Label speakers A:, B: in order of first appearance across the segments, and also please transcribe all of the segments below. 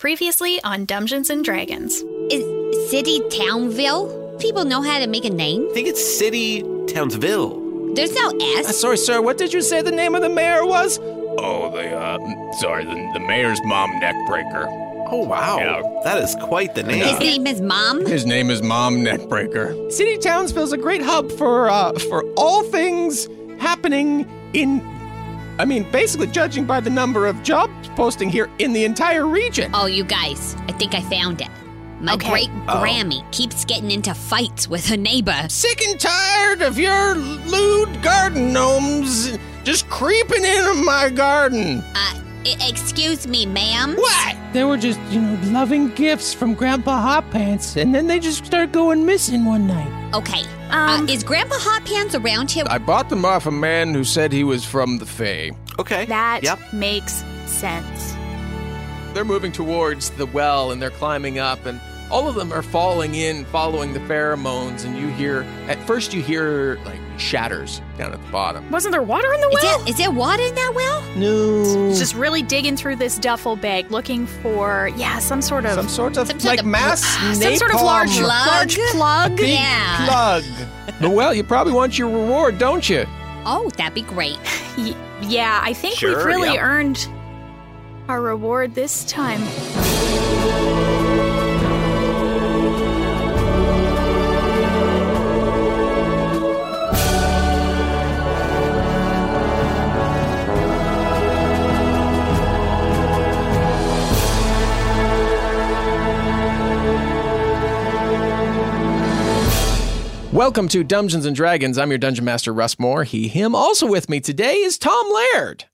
A: Previously on Dungeons and Dragons.
B: Is City Townville? People know how to make a name.
C: I think it's City Townsville.
B: There's no
D: Uh,
B: S.
D: sorry, sir. What did you say the name of the mayor was?
E: Oh, the, uh, m- sorry, the, the mayor's mom neckbreaker.
C: Oh wow,
E: Yeah.
C: that is quite the name.
B: His name is Mom.
E: His name is Mom Neckbreaker.
D: City Townsville's a great hub for uh, for all things happening in. I mean, basically, judging by the number of jobs posting here in the entire region.
B: Oh, you guys, I think I found it. My
A: Okay.
B: great Grammy keeps getting into fights with her neighbor.
D: Sick and tired of your lewd garden gnomes just creeping into my garden.
B: Uh, e- excuse me, ma'am.
D: What? They were just, you know, loving gifts from Grandpa Hot Pants, and then they just start going missing one night.
B: Okay.
F: Um,
B: uh, is Grandpa Hot Pants around here?
G: Uh,
E: I bought them off a man who said he was from the Fae.
C: Okay.
F: That
C: Yep.
F: makes sense.
G: They're moving towards the well and they're climbing up and all of them are falling in following the pheromones and you hear at first you hear like shatters down at the bottom.
F: Wasn't there water in the
B: Is
F: well?
B: there, is there water in that well?
D: No.
F: Just really digging through this duffel bag looking for, yeah, some sort of
D: some sort of
B: Some sort
D: like
B: of
D: mass
F: some sort of
D: napalm
F: large
B: plug?
F: large plug.
D: big
B: Yeah.
D: plug.
G: But well, you probably want your reward, don't you?
B: Oh, that'd be great.
F: Y- yeah, I think we've
C: Sure,
F: really
C: yeah.
F: earned our reward this time.
G: Welcome to Dungeons and Dragons. I'm your dungeon master Russ Moore. He him also with me today is Tom Laird.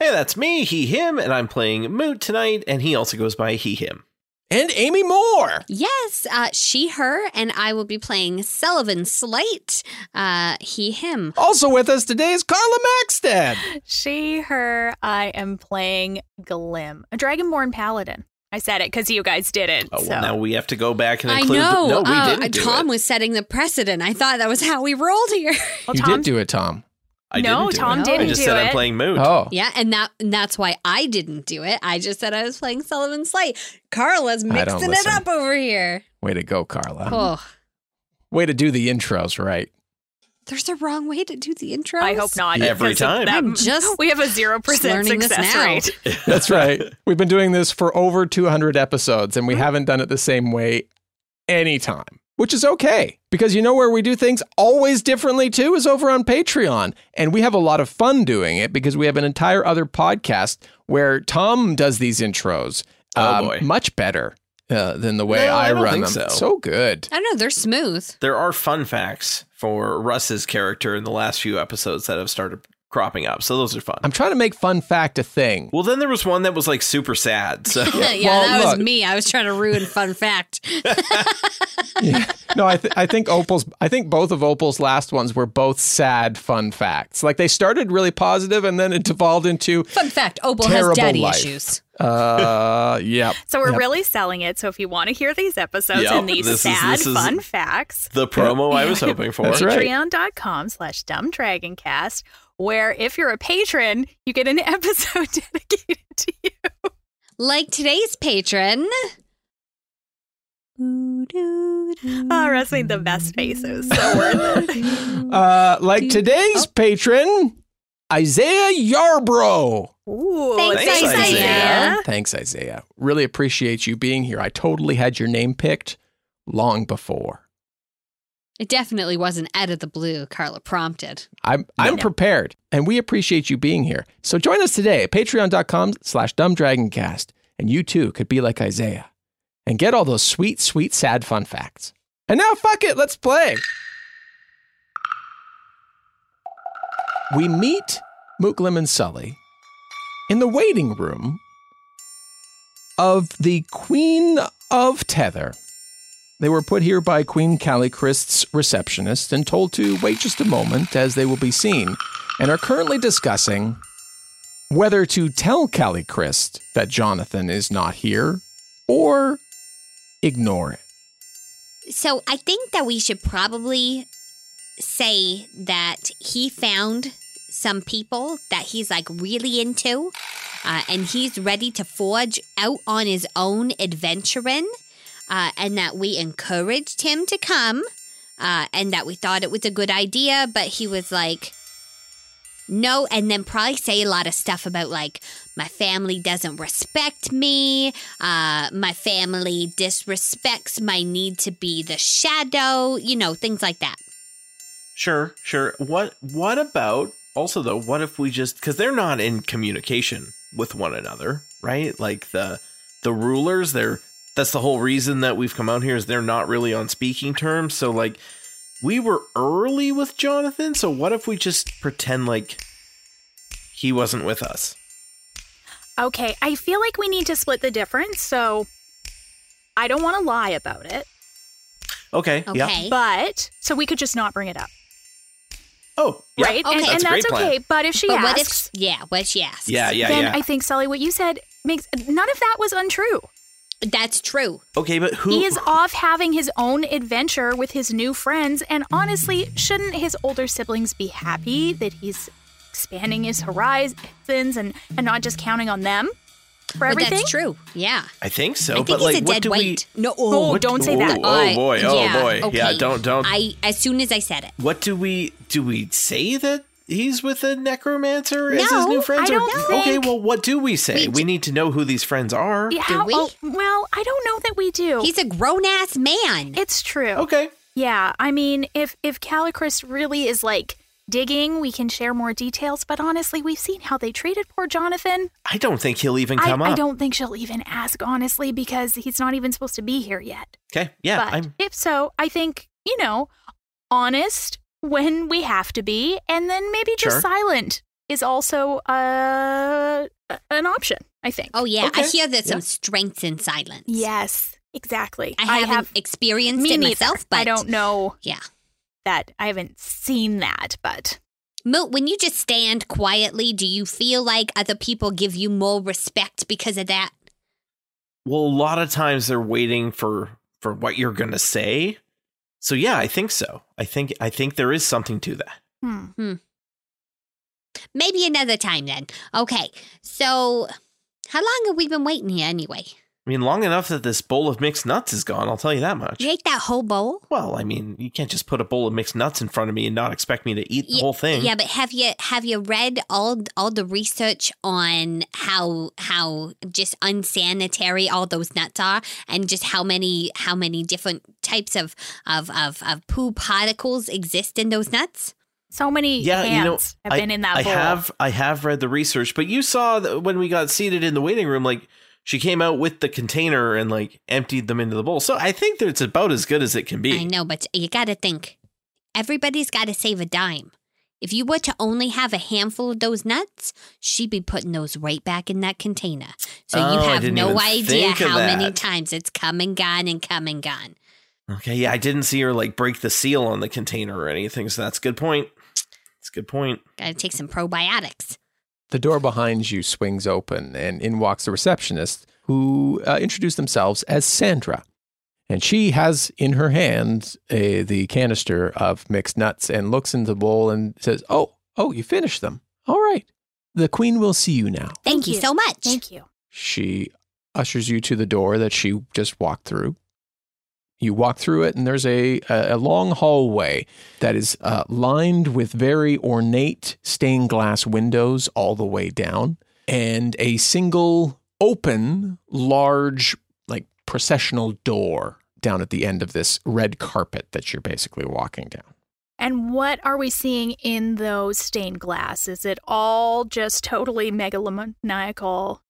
C: Hey, that's me, he, him, and I'm playing Moot tonight, and he also goes by he, him.
G: And Amy Moore.
B: Yes, uh, she, her, and I will be playing Sullivan Slate. Uh, he, him.
G: Also with us today is Carla Maxted.
F: She, her, I am playing Glim, a Dragonborn Paladin. I said it because you guys did it.
C: Oh,
F: so.
C: well, now we have to go back and
B: I
C: include.
B: know.
C: The, no, we
B: uh,
C: didn't do
B: Tom
C: it.
B: was setting the precedent. I thought that was how we rolled here.
F: Well,
G: you
F: Tom,
G: did do it, Tom.
C: I
F: No,
C: didn't do
F: Tom
C: it. I
F: didn't
C: just
F: do
C: said I'm
F: it.
C: playing Moot.
G: Oh.
B: Yeah, and that and that's why I didn't do it. I just said I was playing Sullivan Slate. Carla's
G: I don't
B: mixing it
G: listen. Um,
B: up over here.
G: Way to go, Carla.
B: oh,
G: Way to do the intros right.
B: there's a wrong way to do the intro.
F: I hope not.
C: Every
F: because of
C: time.
F: that-
B: I'm just
F: we have a zero
B: just
F: percent
B: learning this
F: success
B: now.
F: rate.
G: That's right. We've been doing this for over 200 episodes and we haven't done it the same way anytime, which is okay because you know where we do things always differently too is over on Patreon. And we have a lot of fun doing it because we have an entire other podcast where Tom does these intros um,
C: Oh, boy.
G: much better uh, than the way
C: No,
G: I,
C: I don't
G: run
C: think
G: them.
C: so.
G: good.
B: I don't know. They're smooth.
C: There are fun facts for Russ's character in the last few episodes that have started cropping up, so those are fun.
G: I'm trying to make fun fact a thing.
C: well, then there was one that was like super sad. So
B: Yeah,
G: Well,
B: that
G: look.
B: was me. I was trying to ruin fun fact.
G: no, I, th- I think Opal's. I think both of Opal's last ones were both sad fun facts. Like they started really positive, and then it devolved into,
B: Fun fact: Opal
G: Terrible
B: has daddy
G: life.
B: issues.
G: uh, yep.
F: So we're really selling it. So if you want to hear these episodes
C: Yep,
F: and these
C: this is-
F: sad
C: this is-
F: fun facts,
C: the promo I was hoping for.
G: That's right.
F: patreon.com slash dumbdragoncast, where if you're a patron, you get an episode dedicated to you.
B: Like today's patron.
F: Oh, Russ made the best faces. So worth it.
G: Uh, like today's patron, Isaiah Yarbrough.
F: Ooh,
B: Thanks,
C: Thanks, Isaiah. Isaiah.
G: Thanks, Isaiah. Really appreciate you being here. I totally had your name picked long before.
B: It definitely wasn't out of the blue, Carla prompted.
G: I'm I'm prepared, and we appreciate you being here. So join us today at patreon.com slash dumbdragoncast, and you too could be like Isaiah and get all those sweet, sweet, sad fun facts. And now fuck it, let's play. We meet Mooklim and Sully in the waiting room of the Queen of Tether. They were put here by Queen Callichrist's receptionist and told to wait just a moment as they will be seen and are currently discussing whether to tell Callichrist that Jonathan is not here or ignore it.
B: So I think that we should probably say that he found some people that he's like really into uh, and he's ready to forge out on his own adventuring uh, and that we encouraged him to come uh, and that we thought it was a good idea but he was like no and then probably say a lot of stuff about like my family doesn't respect me uh my family disrespects my need to be the shadow you know things like that
C: Sure, sure. What what about also though, what if we just cuz they're not in communication with one another, right? Like the the rulers, they're that's the whole reason that we've come out here is they're not really on speaking terms. So like we were early with Jonathan, so what if we just pretend like he wasn't with us?
F: Okay, I feel like we need to split the difference, so I don't want to lie about it,
C: Okay, yeah.
B: okay
F: but so we could just not bring it up,
C: Oh, yeah.
F: right?
B: Okay.
F: And,
B: That's
F: and
C: a great
F: that's
C: plan.
F: okay. But if she
B: but what if
F: asks,
B: yeah what if she asks
C: Yeah, yeah,
F: then
C: yeah.
F: I think Sully, what you said makes none of that was untrue.
B: that's true
C: okay, but who
F: He is off having his own adventure with his new friends, and honestly, shouldn't his older siblings be happy that he's expanding his horizons and, and not just counting on them for
B: But
F: everything?
B: that's true yeah
C: I think so,
B: i think
C: but
B: he's
C: like
B: a
C: what
B: dead
C: do
B: weight no
F: Oh,
C: we what-
F: don't say
C: oh,
F: that.
C: Oh boy, oh
B: yeah,
C: boy. Yeah,
B: okay.
C: don't don't
B: i as soon as i said it
C: What do we do? We say that he's with a necromancer as his
B: No,
C: new friends.
F: I
C: or-
F: don't
C: okay,
F: think-
C: well, what do we say? We,
B: We d-
C: need to know who these friends are.
F: Yeah,
B: Do
F: how-
B: we?
F: oh, well, I don't know that we do.
B: he's a grown-ass man
F: it's true.
C: Okay.
F: Yeah, I mean, if if Calicris really is like digging, we can share more details. But honestly, we've seen how they treated poor Jonathan.
C: I don't think he'll even
F: I,
C: come up.
F: I don't think she'll even ask honestly because he's not even supposed to be here yet.
C: Okay. Yeah.
F: but
C: I'm.
F: if so, I think, you know, honest when we have to be, and then maybe just
C: Sure.
F: silent is also uh, a- an option, I think.
B: oh yeah i
C: Okay.
B: hear there's
C: Yeah.
B: some strengths in silence
F: Yes, exactly.
B: i haven't
F: have
B: experienced
F: me
B: it
F: neither.
B: myself but
F: I don't know
B: yeah
F: that. I haven't seen that, but
B: Moot, when you just stand quietly, do you feel like other people give you more respect because of that?
C: Well, a lot of times they're waiting for for what you're gonna say. So yeah, I think so. I think I think there is something to that.
F: hmm.
B: Maybe another time then. Okay, so how long have we been waiting here anyway?
C: I mean, long enough that this bowl of mixed nuts is gone. I'll tell you that much.
B: You ate that whole bowl?
C: Well, I mean, you can't just put a bowl of mixed nuts in front of me and not expect me to eat the
B: Ye-
C: whole thing.
B: Yeah, but have you have you read all all the research on how how just unsanitary all those nuts are, and just how many how many different types of of of, of poo particles exist in those nuts?
F: so many
C: yeah,
F: hands
C: you know,
F: have
C: I,
F: been in that
C: I
F: bowl.
C: have, I have read the research, but you saw that when we got seated in the waiting room, like she came out with the container and like emptied them into the bowl. So I think that it's about as good as it can be.
B: I know, but you got to think. Everybody's got to save a dime. If you were to only have a handful of those nuts, she'd be putting those right back in that container. So you
C: Oh, I
B: have
C: didn't
B: no
C: even
B: idea
C: think of
B: how many
C: that.
B: times it's come and gone and come and gone.
C: Okay, yeah, I didn't see her like break the seal on the container or anything. So that's a good point. That's a good point.
B: Got to take some probiotics.
G: The door behind you swings open, and in walks the receptionist, who uh, introduce themselves as Sandra. And she has in her hand uh, the canister of mixed nuts and looks into the bowl and says, Oh, oh, you finished them. All right. The queen will see you now.
B: Thank, you. so much.
F: Thank you.
G: She ushers you to the door that she just walked through. You walk through it, and there's a, a, a long hallway that is uh, lined with very ornate stained glass windows all the way down, and a single open, large, like processional door down at the end of this red carpet that you're basically walking down.
F: And what are we seeing in those stained glass? Is it all just totally megalomaniacal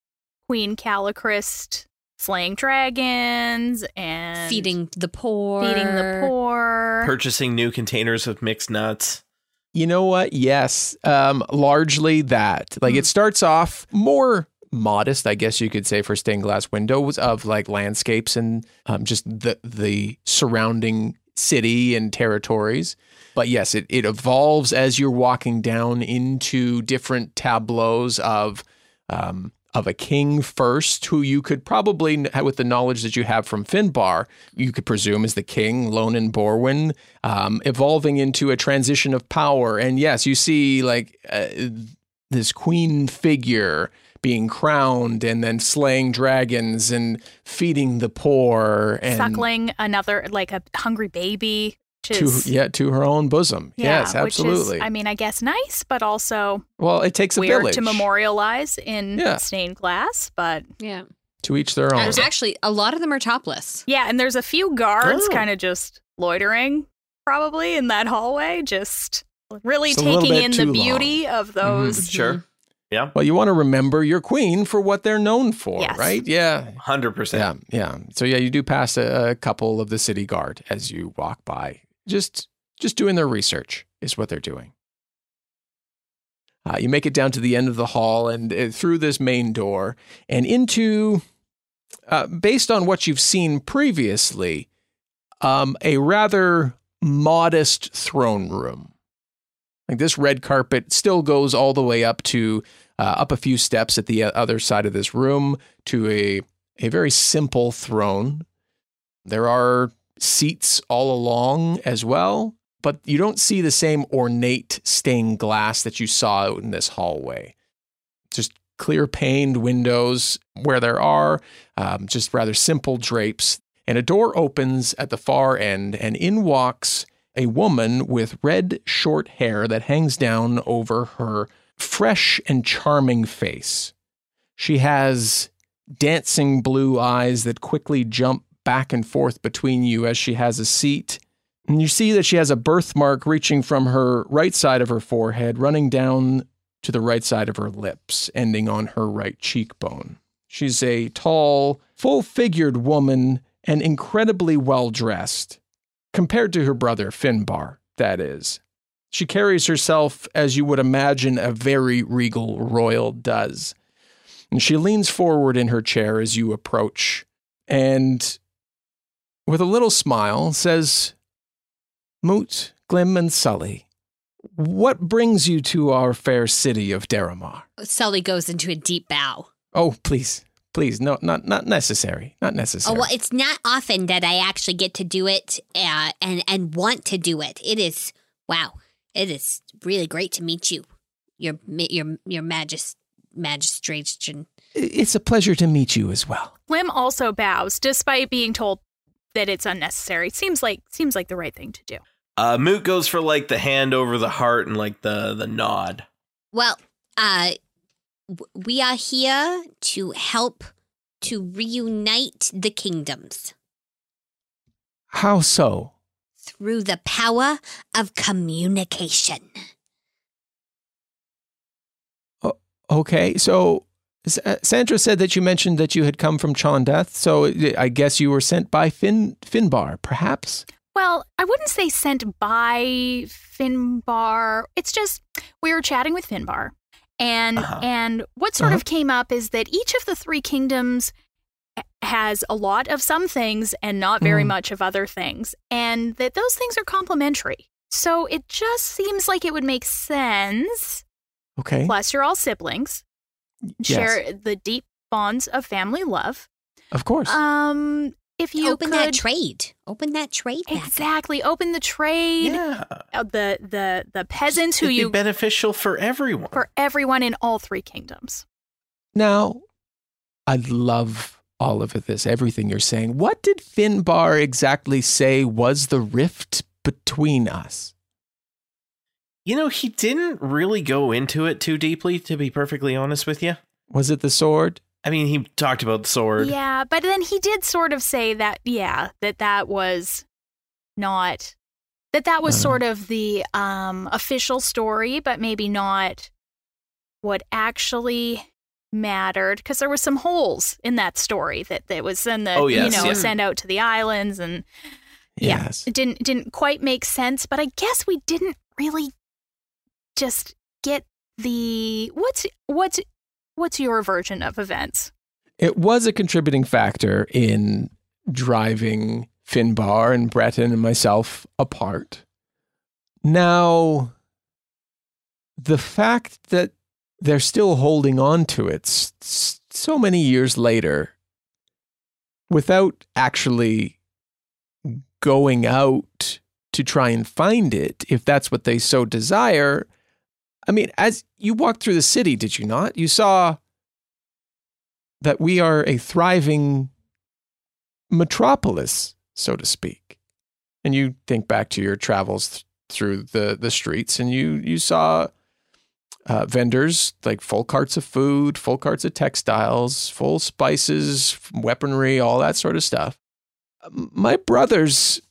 F: Queen Calichrist slaying dragons and
B: feeding the poor.
F: feeding the poor?
C: Purchasing new containers of mixed nuts.
G: You know what? Yes, um, largely that. Like it starts off more modest, I guess you could say, for stained glass windows of like landscapes and um, just the the surrounding city and territories. But yes, it it evolves as you're walking down into different tableaus of. Um, of a king first, who you could probably, with the knowledge that you have from Finbar, you could presume is the king, Lonan Borwin, um, evolving into a transition of power. And yes, you see like uh, this queen figure being crowned and then slaying dragons and feeding the poor and
F: Suckling another, like a hungry baby. Which
G: to
F: is,
G: yeah to her own bosom.
F: yeah,
G: yes,
F: which is,
G: absolutely.
F: I mean, I guess nice, but also
G: well, it takes a
F: weird
G: village
F: to memorialize in
G: Yeah.
F: stained glass. But
B: Yeah.
G: to each their own.
B: Uh, actually, a lot of them are topless.
F: yeah, and there's a few guards
C: Oh.
F: kind of just loitering, probably in that hallway, just really
G: It's a little
F: taking
G: bit
F: in the
G: too
F: beauty of
C: Mm-hmm.
F: those.
C: Sure. Yeah.
G: Well, you want to remember your queen for what they're known for,
F: Yes.
G: right? Yeah.
C: 100%.
G: Yeah, yeah. So yeah, you do pass a, a couple of the city guard as you walk by. Just just doing their research is what they're doing. Uh, you make it down to the end of the hall and uh, through this main door and into, uh, based on what you've seen previously, um, a rather modest throne room. Like this red carpet still goes all the way up to uh, up a few steps at the uh, other side of this room to a a very simple throne. There are seats all along as well, but you don't see the same ornate stained glass that you saw out in this hallway. Just clear paned windows where there are, um, just rather simple drapes. And a door opens at the far end, and in walks a woman with red short hair that hangs down over her fresh and charming face. She has dancing blue eyes that quickly jump back and forth between you as she has a seat. And you see that she has a birthmark reaching from her right side of her forehead, running down to the right side of her lips, ending on her right cheekbone. She's a tall, full figured woman and incredibly well dressed, compared to her brother, Finbar, that is. She carries herself as you would imagine a very regal royal does. And she leans forward in her chair as you approach and, with a little smile, says, Moot, Glim, and Sully, what brings you to our fair city of Deramar?
B: Sully goes into a deep bow.
G: Oh, please, please, no, not, not necessary. Not necessary.
B: Oh, well, it's not often that I actually get to do it uh, and and want to do it. It is wow. It is really great to meet you, your mi- your your magist magistration.
G: it's a pleasure to meet you as well.
F: Lim also bows, despite being told that it's unnecessary. Seems like seems like the right thing to do.
C: Uh, Moot goes for like the hand over the heart and like the the nod.
B: Well, uh, w- we are here to help to reunite the kingdoms
G: How so?
B: through the power of communication.
G: Okay, so S- uh, Sandra said that you mentioned that you had come from Chondath, so I guess you were sent by Fin Finbar, perhaps.
F: Well, I wouldn't say sent by Finbar. It's just we were chatting with Finbar. And
C: Uh-huh.
F: and what sort
G: Uh-huh.
F: of came up is that each of the three kingdoms has a lot of some things and not very
G: Mm.
F: much of other things and that those things are complementary. So it just seems like it would make sense.
G: Okay.
F: Plus you're all siblings.
G: Eh? Yes.
F: Share the deep bonds of family love.
G: Of course.
F: Um if you
B: Open
F: could
B: that trade. Open that trade. back up.
F: Exactly. Open the trade.
C: Yeah.
F: uh, the the the peasants who
C: It'd
F: you
C: be beneficial for everyone.
F: for everyone in all three kingdoms.
G: now, I'd love all of this, everything you're saying. What did Finbar exactly say was the rift between us?
C: You know, he didn't really go into it too deeply, to be perfectly honest with you.
G: Was it the sword?
C: I mean, he talked about the sword.
F: Yeah, but then he did sort of say that, yeah, that that was not that that was
C: Uh-huh.
G: Uh.
F: sort of the um, official story, but maybe not what actually mattered because there were some holes in that story that that was then the
C: Oh,
F: you
C: yes,
F: know
C: yeah.
F: sent out to the islands and Yeah.
G: Yes.
F: it didn't didn't quite make sense. But I guess we didn't really just get the what's what's what's your version of events?
G: It was a contributing factor in driving Finbar and Breton and myself apart. Now, the fact that they're still holding on to it s- s- so many years later without actually going out to try and find it, if that's what they so desire. I mean, as you walked through the city, did you not? You saw that we are a thriving metropolis, so to speak. And you think back to your travels th- through the, the streets and you, you saw uh, vendors like full carts of food, full carts of textiles, full spices, weaponry, all that sort of stuff. My brothers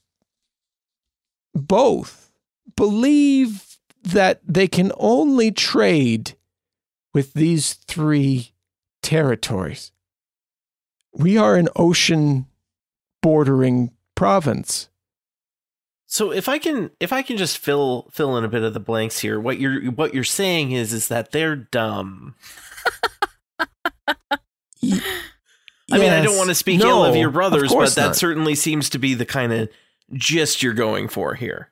G: both believe that they can only trade with these three territories. We are an ocean bordering province.
C: So if I can if I can just fill fill in a bit of the blanks here, what you're what you're saying is is that they're dumb. I mean, I don't want to speak ill of your brothers, but that certainly seems to be the kind of gist you're going for here.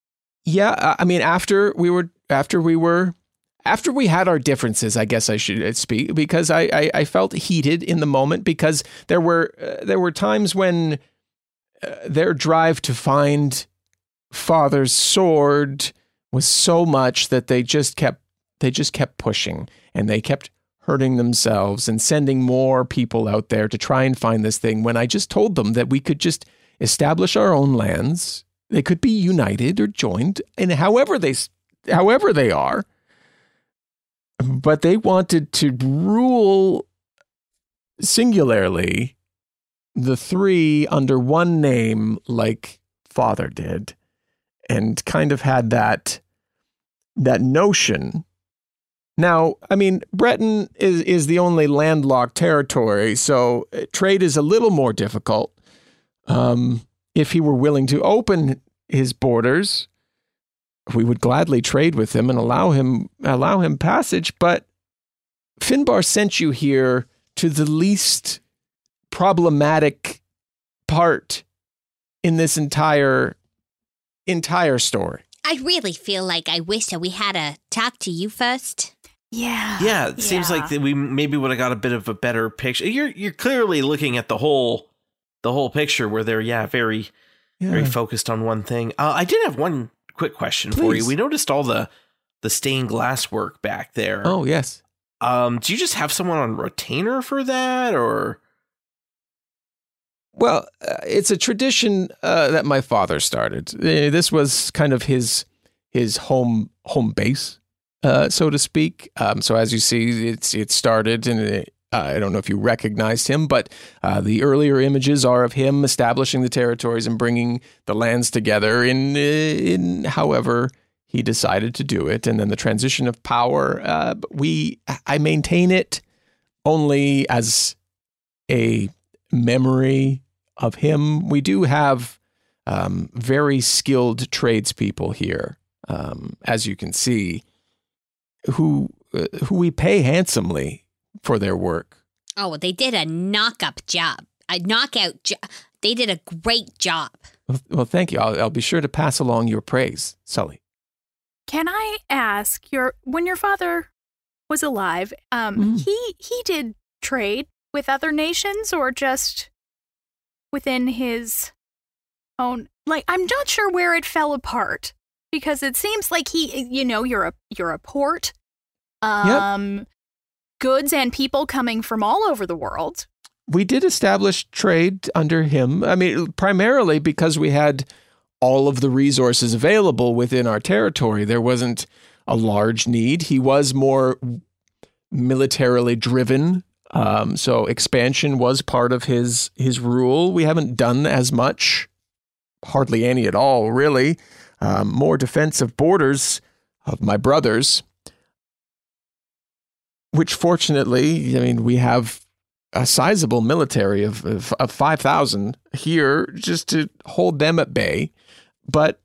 G: Yeah, I- I mean, after we were, after we were, after we had our differences, I guess I should uh, speak because I, I, I felt heated in the moment because there were uh, there were times when uh, their drive to find father's sword was so much that they just kept they just kept pushing and they kept hurting themselves and sending more people out there to try and find this thing when I just told them that we could just establish our own lands they could be united or joined and however they s- however they are but they wanted to rule singularly the three under one name like father did and kind of had that that notion now i mean breton is is the only landlocked territory so uh, trade is a little more difficult um if he were willing to open his borders we would gladly trade with him and allow him allow him passage but finbar sent you here to the least problematic part in this entire entire story
B: I really feel like I wish that we had a talk to you first.
F: Yeah.
C: Yeah, it seems like that we maybe would have got a bit of a better picture. You're you're clearly looking at the whole the whole picture where they're yeah very very focused on one thing. Uh, I did have one quick question for
G: Please.
C: you. We noticed all the the stained glass work back there.
G: oh yes
C: Um, do you just have someone on retainer for that, or
G: Well, uh, it's a tradition uh, that my father started. Uh, This was kind of his his home home base, uh, so to speak. Um, so as you see, it's it started, and it, I don't know if you recognized him, but uh, the earlier images are of him establishing the territories and bringing the lands together in eh, in however he decided to do it, and then the transition of power. Uh, we I maintain it only as a memory of him. We do have um, very skilled tradespeople here, um, as you can see, who uh, who we pay handsomely for their work.
B: Oh, they did a knock up job, a knockout job. They did a great job.
G: Well- Well, thank you. I'll, I'll be sure to pass along your praise, Sully.
F: Can I ask your when your father was alive, um,
G: Mm.
F: he he did trade with other nations or just within his own like I'm not sure where it fell apart because it seems like he eh, you know you're a you're a port um goods and people coming from all over the world.
G: We did establish trade under him. I mean, primarily because we had all of the resources available within our territory. There wasn't a large need. He was more militarily driven. Um, so expansion was part of his his rule. We haven't done as much, hardly any at all, really. Um, more defensive borders of my brothers, which fortunately, I mean, we have a sizable military of of, of five thousand here just to hold them at bay. But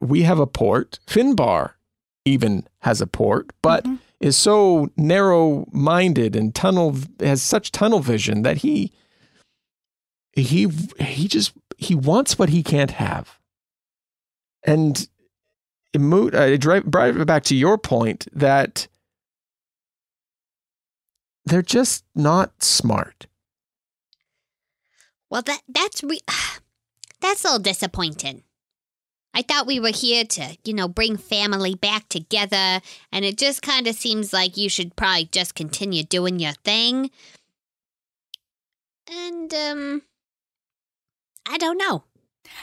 G: we have a port. Finbar even has a port, but is so narrow minded and tunnel has such tunnel vision that he he he just he wants what he can't have and it mo- I drive brought it back to your point that they're just not smart
B: Well, that that's re- that's a little disappointing. I thought we were here to, you know, bring family back together, and it just kind of seems like you should probably just continue doing your thing. And um, I don't know.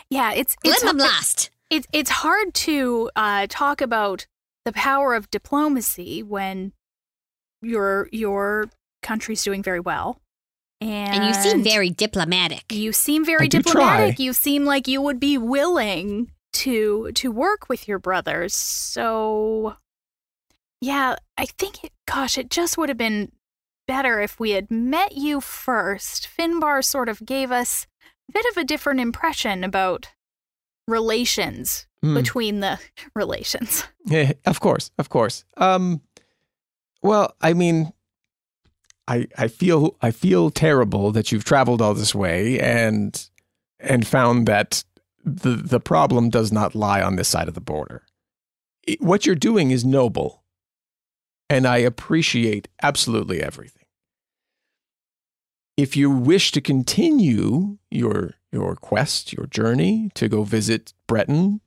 F: Yeah, it's it's
B: Let them last.
F: it, it's hard to uh, talk about the power of diplomacy when your your country's doing very well, and,
B: And you seem very diplomatic.
F: you seem very
G: I do
F: diplomatic.
G: try.
F: You seem like you would be willing to to work with your brothers. So, yeah, I think it. Gosh, it just would have been better if we had met you first. Finbar sort of gave us a bit of a different impression about relations
G: Mm.
F: between the relations.
G: Yeah, of course, of course. Um, well, I mean, I I feel I feel terrible that you've traveled all this way and and found that the the problem does not lie on this side of the border. It- what you're doing is noble, and I appreciate absolutely everything. If you wish to continue your your quest, your journey to go visit Breton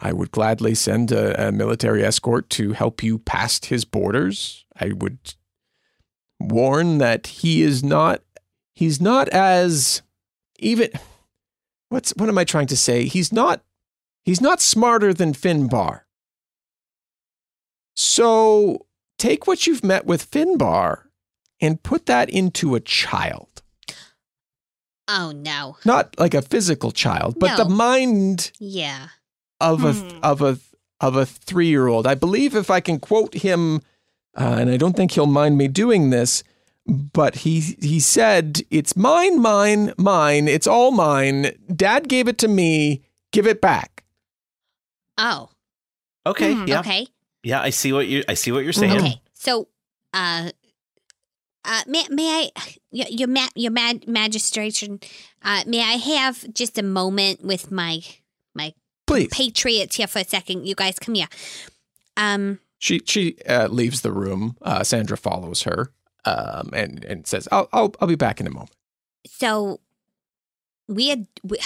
G: I would gladly send a, a military escort to help you past his borders. I would warn that he is not he's not as even what's what am I trying to say? He's not he's not smarter than Finbar. So take what you've met with Finbar and put that into a child.
B: oh no.
G: Not like a physical child, but the
B: No.
G: mind
B: Yeah.
G: of a
F: Hmm.
G: of a of a three year old. I believe if I can quote him, uh, and I don't think he'll mind me doing this, but he he said, "It's mine, mine, mine. It's all mine. Dad gave it to me. Give it back."
B: Oh.
C: Okay.
F: Mhm.
C: Yeah.
B: Okay.
C: Yeah. I see what you. I see what you're saying.
B: Okay. So, uh, uh, may, may I, your, your, ma- your mad magistration, uh, may I have just a moment with my, my
G: Please.
B: patriots here for a second? You guys, come here. Um,
G: She she uh, leaves the room. Uh, Sandra follows her um, and and says, "I'll I'll I'll be back in a moment."
B: so we had, we,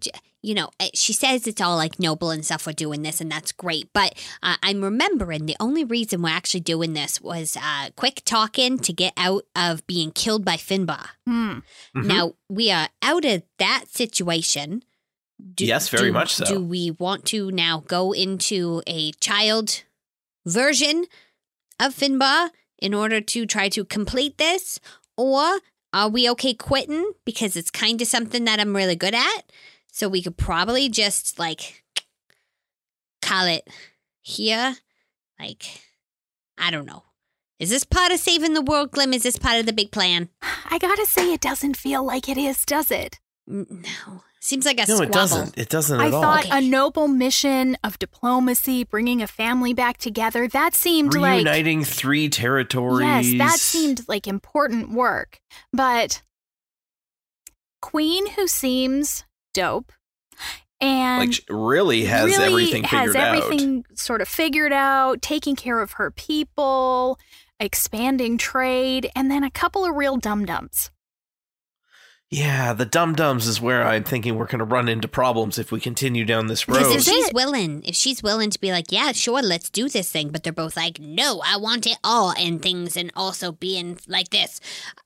B: j- you know, uh, she says it's all like noble and stuff. We're doing this, and that's great. But uh, I'm remembering the only reason we're actually doing this was uh, quick talking to get out of being killed by Finbar.
F: Hmm.
C: Mhm.
B: Now we are out of that situation. Do-
C: Yes, very
B: do-
C: much so.
B: Do we want to now go into a child version of Finbar in order to try to complete this? Or are we okay quitting because it's kind of something that I'm really good at? So we could probably just like call it here. Like, I don't know. Is this part of saving the world, Glim? Is this part of the big plan?
F: I gotta say, it doesn't feel like it is, does it?
B: N- No, Seems like a
C: no,
B: squabble.
C: it doesn't. It doesn't
F: I
C: at all.
F: thought a noble mission of diplomacy, bringing a family back together, that seemed like.
C: Reuniting three territories.
F: Yes, that seemed like important work. But Queen, who seems dope, and
C: like she really has
F: really
C: everything
F: has
C: figured out.
F: everything sort of figured out, taking care of her people, expanding trade, and then a couple of real dum dums.
C: Yeah, the dum dums is where I'm thinking we're going to run into problems if we continue down this
B: Because if
C: road.
F: is-
B: she's
F: it.
B: willing, if she's willing to be like, yeah, sure, let's do this thing, but they're both like, no, I want it all and things and also being like this,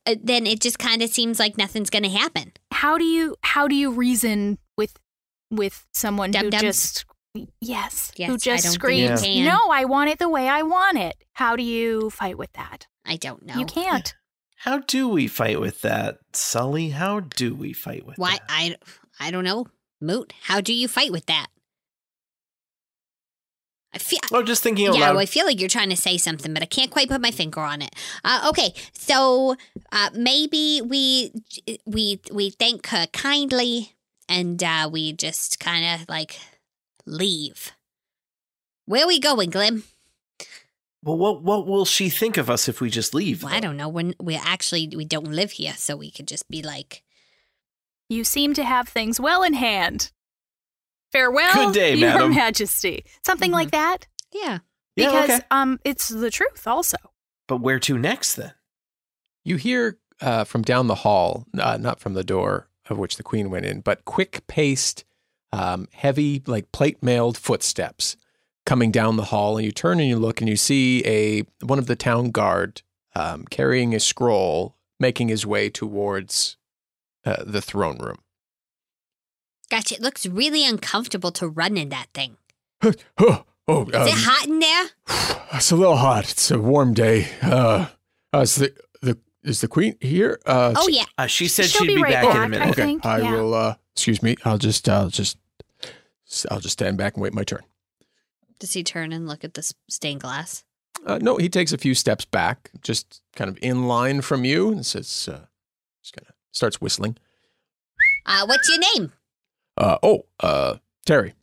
B: uh, then it just kind of seems like nothing's going to happen.
F: How do you how do you reason with with someone who
B: Dum-dums?
F: just yes,
B: Yes, I
F: who just
B: don't think you
F: screams,
B: can.
F: "No, I want it the way I want it." How do you fight with that?
B: I don't know.
F: You can't.
C: How do we fight with that, Sully? How do we fight with
B: Why?
C: that?
B: I, I don't know. Moot, how do you fight with that? I feel,
C: Oh, just thinking out
B: yeah,
C: loud.
B: well, I feel like you're trying to say something, but I can't quite put my finger on it. Uh, okay, so uh, maybe we we we thank her kindly, and uh, we just kind of like leave. Where are we going, Glim?
C: Well, what what will she think of us if we just leave?
B: Well, I
C: though?
B: don't know. When we actually we don't live here, so we could just be like,
F: You seem to have things well in hand. Farewell,
C: Good day,
F: Your
C: madam.
F: Majesty. Something like
B: Mm-hmm.
F: that.
B: yeah,
C: Yeah,
F: Because
C: okay.
F: um it's the truth also.
C: But where to next then?
G: You hear uh, from down the hall, uh, not from the door of which the queen went in, but quick paced, um, heavy, like plate mailed footsteps coming down the hall. And you turn and you look and you see a one of the town guard um, carrying a scroll, making his way towards uh, the throne room.
B: gosh, it looks really uncomfortable to run in that thing.
G: Oh, oh
B: Is
C: Um,
B: it hot in there?
G: It's a little hot. It's a warm day. Uh, uh, is the the is the queen here? Uh,
B: Oh yeah,
C: Uh, she said
F: She'll
C: she'd
F: be
C: be,
F: right
C: back, in a
F: back,
C: minute.
F: I Okay. think,
G: I
F: yeah.
G: will. Uh, excuse me. I'll just. I'll just. I'll just stand back and wait my turn.
B: does he turn and look at this stained glass?
G: Uh, no, he takes a few steps back, just kind of in line from you, and says, uh, just kind of starts whistling.
B: Uh, what's your name?
G: Uh, oh, uh, Terry.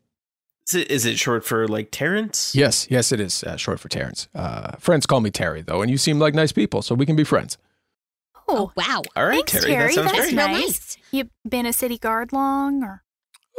C: Is it, is it short for like Terrence?
G: Yes, yes, it is uh, short for Terrence. Uh, friends call me Terry though, and you seem like nice people, so we can be friends.
F: Oh,
B: wow,
C: All right,
F: Thanks,
C: Terry.
F: Terry.
C: That sounds
F: That's
C: great.
F: nice.
B: real nice.
F: you been a city guard long or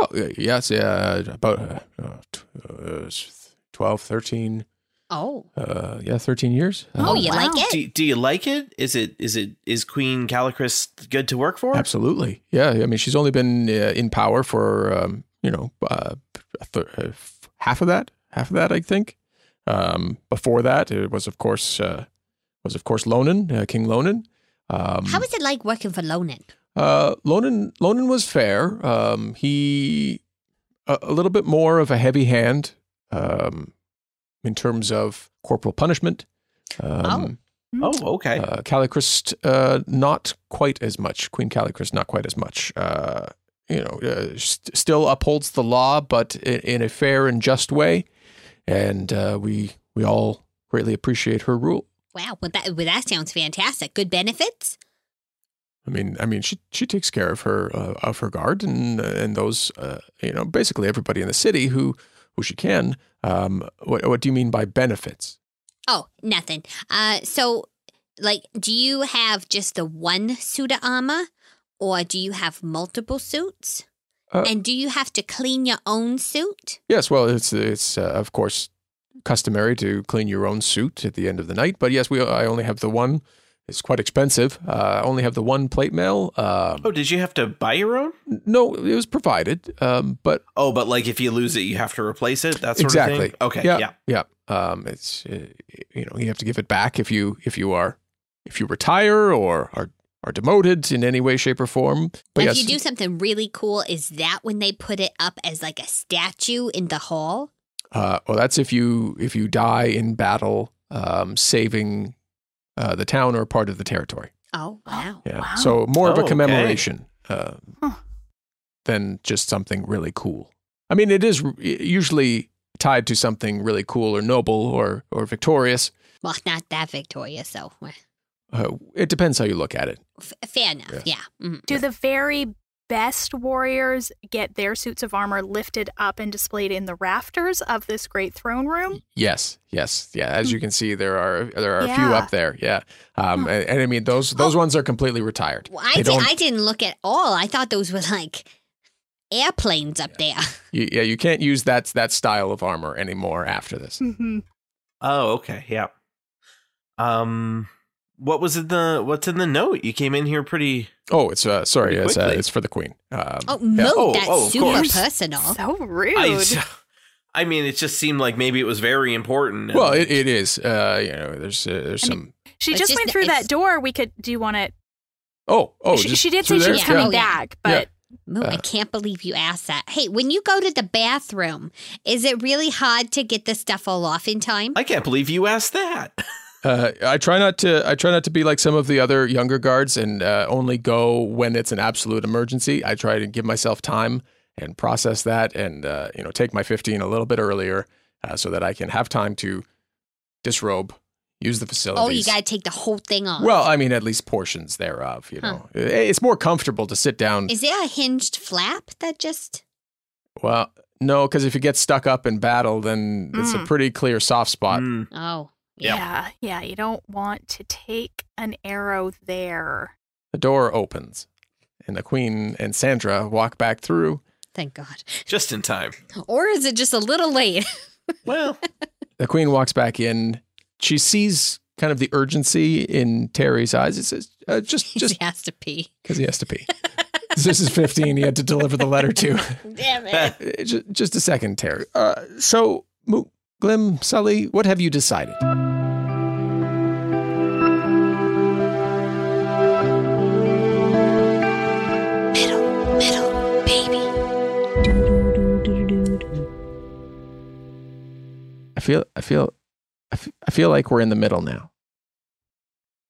G: Oh, y- yes, yeah, about uh, uh, t- uh, s- 12, 13,
B: Oh,
G: uh, yeah, 13 years.
B: oh,
G: Uh,
B: you
F: wow.
B: like it?
C: Do, do you like it? Is it is it is Queen Calicris good to work for?
G: Absolutely. Yeah. I mean, she's only been uh, in power for, um, you know, uh, a th- uh, f- half of that, half of that, I think. Um, before that, it was, of course, uh, was, of course, Lonan, uh, King Lonan. Um,
B: How is it like working for Lonan?
G: uh, Lonan, Lonan was fair. Um, he a, a little bit more of a heavy hand um, in terms of corporal punishment. Um,
C: Oh, okay.
G: uh, Calichrist, uh, not quite as much. Queen Calichrist, not quite as much. Uh, you know, uh, st- still upholds the law, but in, in a fair and just way. And uh, we we all greatly appreciate her rule.
B: Wow, well that well, that sounds fantastic. Good benefits.
G: I mean, I mean, she she takes care of her uh, of her guard and and those uh, you know basically everybody in the city who who she can. Um, what what do you mean by benefits?
B: Oh, nothing. Uh, so like, do you have just the one suit of armor, or do you have multiple suits?
G: Uh,
B: and do you have to clean your own suit?
G: Yes, well, it's it's uh, of course customary to clean your own suit at the end of the night. But yes, we I only have the one. It's quite expensive. Uh, I only have the one plate mail. Um,
C: oh, did you have to buy your own?
G: No, it was provided, um, but
C: Oh, but like if you lose it, you have to replace it. That sort
G: exactly.
C: of thing. Okay,
G: Yeah.
C: yeah.
G: Yeah. Um, it's uh, you know you have to give it back if you if you are if you retire or are are demoted in any way, shape, or form. But
B: if
G: yes,
B: you do something really cool, is that when they put it up as like a statue in the hall?
G: Uh, well, that's if you if you die in battle, um, saving uh, the town or part of the territory.
B: Oh wow.
G: Yeah.
F: Wow.
G: So more of
C: Oh,
G: a
C: okay.
G: commemoration uh,
F: Huh.
G: than just something really cool. I mean, it is r- usually tied to something really cool or noble or or victorious.
B: Well, not that Victoria. So eh,
G: Uh, it depends how you look at it.
B: f- fair enough. Yeah. Mm.
F: do the very best warriors get their suits of armor lifted up and displayed in the rafters of this great throne room.
G: Yes, yes, yeah. As you can see, there are there are a few
F: Yeah.
G: up there. Yeah, um, and, and I mean those those ones are completely retired.
B: Well, I,
G: They
B: did,
G: don't-
B: I didn't look at all. I thought those were like airplanes up there.
G: you, yeah, you can't use that that style of armor anymore after this.
F: Mhm.
C: Oh, okay. Yeah. Um what was in the what's in the note? You came in here pretty
G: Oh, it's uh, sorry,
C: Pretty
G: it's, uh,
C: quickly.
G: it's for the queen. Um,
B: Oh, no,
C: Oh,
B: that's
C: oh, of
B: super
C: course.
B: personal.
F: So rude.
C: I, I mean, it just seemed like maybe it was very important. and-
G: well, it, it is. Uh, you know, there's uh, there's
F: I mean-
G: some.
F: she
B: It's
F: just
B: just
F: went
B: that
F: through that
B: it's-
F: door. We could. Do you want to?
G: oh, oh,
F: she,
G: just
F: she did say
G: through
F: she
G: there?
F: was
B: Yeah.
F: coming
B: Oh, yeah.
F: back, but
B: Moo, I
G: Uh.
B: can't believe you asked that. Hey, when you go to the bathroom, is it really hard to get the stuff all off in time?
C: I can't believe you asked that.
G: Uh, I try not to. I try not to be like some of the other younger guards and uh, only go when it's an absolute emergency. I try to give myself time and process that, and uh, you know, take my fifteen a little bit earlier uh, so that I can have time to disrobe, use the facilities.
B: oh, you got to take the whole thing off.
G: Well, I mean, at least portions thereof. You know, I- it's more comfortable to sit down.
B: is there a hinged flap that just.
G: well, no, because if you get stuck up in battle, then it's a
F: Mm.
G: pretty clear soft spot.
C: Mm.
B: Oh,
F: yeah.
C: Yeah.
F: yeah, you don't want to take an arrow there.
G: The door opens, and the queen and Sandra walk back through.
B: thank God.
C: Just in time.
B: Or is it just a little late?
C: Well,
G: The queen walks back in. She sees kind of the urgency in Terry's eyes. It says, uh, just
B: Just
G: just
B: he has to pee.
G: because he has to pee. this is 15. He had to deliver the letter to.
B: Damn it.
G: Uh, ju- just a second, Terry. Uh, so, Mo- Glim, Sully, what have you decided?
B: middle, middle, baby.
G: I feel, I feel, I fe- I feel like we're in the middle now.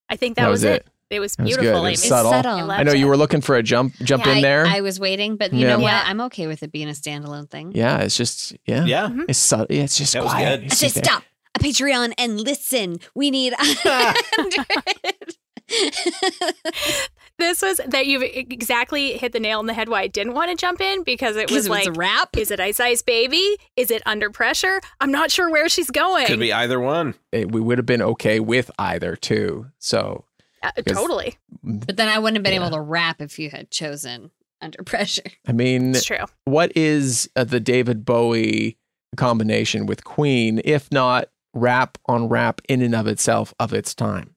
F: I think that, was, it. it. was
G: That was
F: beautiful.
G: good. It was
F: Amy.
G: subtle.
B: subtle.
F: I
G: I know you were looking for a jump, jump
B: Yeah,
G: in
B: I-
G: there.
B: I, was waiting, but you
G: Yeah.
B: know what?
F: Yeah.
B: I'm okay with it being a standalone thing.
G: yeah, it's just, yeah,
C: yeah.
B: Mm-hmm.
G: it's subtle. Yeah, it's just
C: That was
G: quiet.
C: good.
B: I
G: It's
B: said,
G: just there.
B: stop a Patreon and listen. We need a hundred.
F: This was that you've e-, exactly hit the nail on the head. Why I didn't want to jump in because it was
B: Because it
F: like,
B: was a wrap.
F: is it ice ice baby? Is it under pressure? I'm not sure where she's going.
C: Could be either one.
G: It- we would have been okay with either too. So,
F: Uh,
G: because-
F: totally,
B: But then I wouldn't have been
G: Yeah.
B: able to rap if you had chosen under pressure.
G: I mean,
F: it's true.
G: what is uh, the David Bowie combination with Queen, if not rap on rap in and of itself of its time?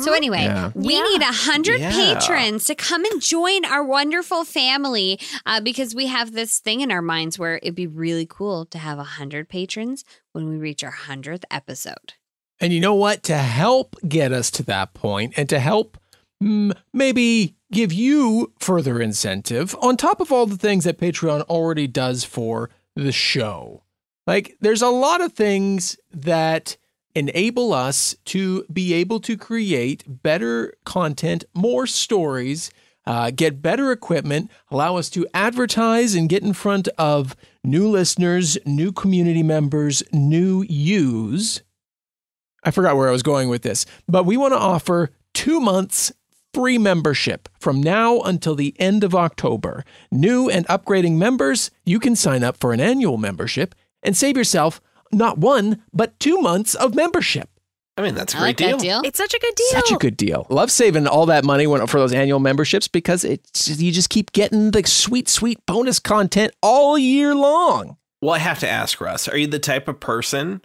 B: So anyway,
G: Yeah.
B: we
F: Yeah.
B: need a hundred
C: Yeah.
B: patrons to come and join our wonderful family uh, because we have this thing in our minds where it'd be really cool to have a hundred patrons when we reach our hundredth episode.
G: And you know what? To help get us to that point and to help mm, maybe give you further incentive on top of all the things that Patreon already does for the show. Like, there's a lot of things that enable us to be able to create better content, more stories, uh, get better equipment, allow us to advertise and get in front of new listeners, new community members, new yous. I forgot where I was going with this, but we want to offer two months free membership from now until the end of October. New and upgrading members, you can sign up for an annual membership and save yourself not one, but two months of membership.
C: I mean, that's a
B: I
C: great
B: like
C: deal.
B: that deal.
F: It's such a good deal.
G: Such a good deal. Love saving all that money when, for those annual memberships because it's, you just keep getting the sweet, sweet bonus content all year long.
C: Well, I have to ask, Russ, are you the type of person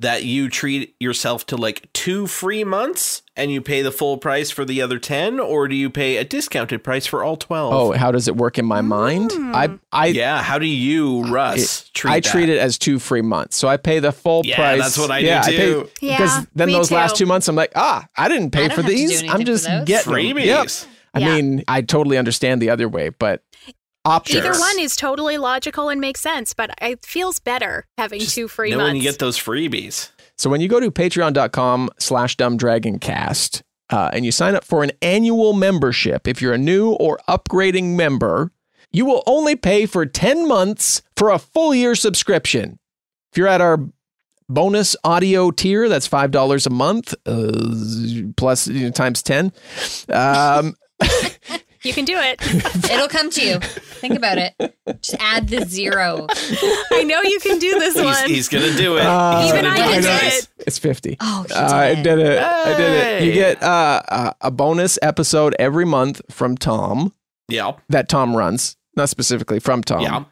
C: that you treat yourself to like two free months and you pay the full price for the other 10, or do you pay a discounted price for all 12?
G: Oh, how does it work in my mind? I, I,
C: yeah. How do you, Russ,
G: it-
C: treat
G: I
C: that?
G: treat it as two free months. So I pay the full
C: Yeah,
G: price.
C: that's what I do
G: yeah,
C: too.
G: pay-
F: Yeah,
G: because then
F: me
G: those last
F: too.
G: two months, I'm like, ah, I didn't pay
B: I don't
G: for
B: have to do
G: these. I'm
B: anything for
G: just
B: those.
G: getting them.
C: freebies.
G: Yep. I
F: Yeah.
G: mean, I totally understand the other way, but options.
F: Either one is totally logical and makes sense, but it feels better having two free
C: Know when
F: months.
C: you get those freebies.
G: So when you go to patreon.com slash dumbdragoncast uh, and you sign up for an annual membership, if you're a new or upgrading member, you will only pay for 10 months for a full year subscription. If you're at our bonus audio tier, that's $5 a month uh, plus you know, times 10. Um,
F: You can do it.
B: It'll come to you. Think about it. Just add the zero.
F: I know you can do this
C: He's,
F: one.
C: he's gonna do it.
G: Oh,
C: he's
F: Even
C: gonna
F: I can
C: do it.
F: do it.
G: It's 50.
B: Oh, you
G: Uh, I
B: did.
G: did it. I did it. You
C: Hey.
G: get uh, uh, a bonus episode every month from Tom
C: Yeah,
G: that Tom runs, not specifically from Tom.
C: yeah.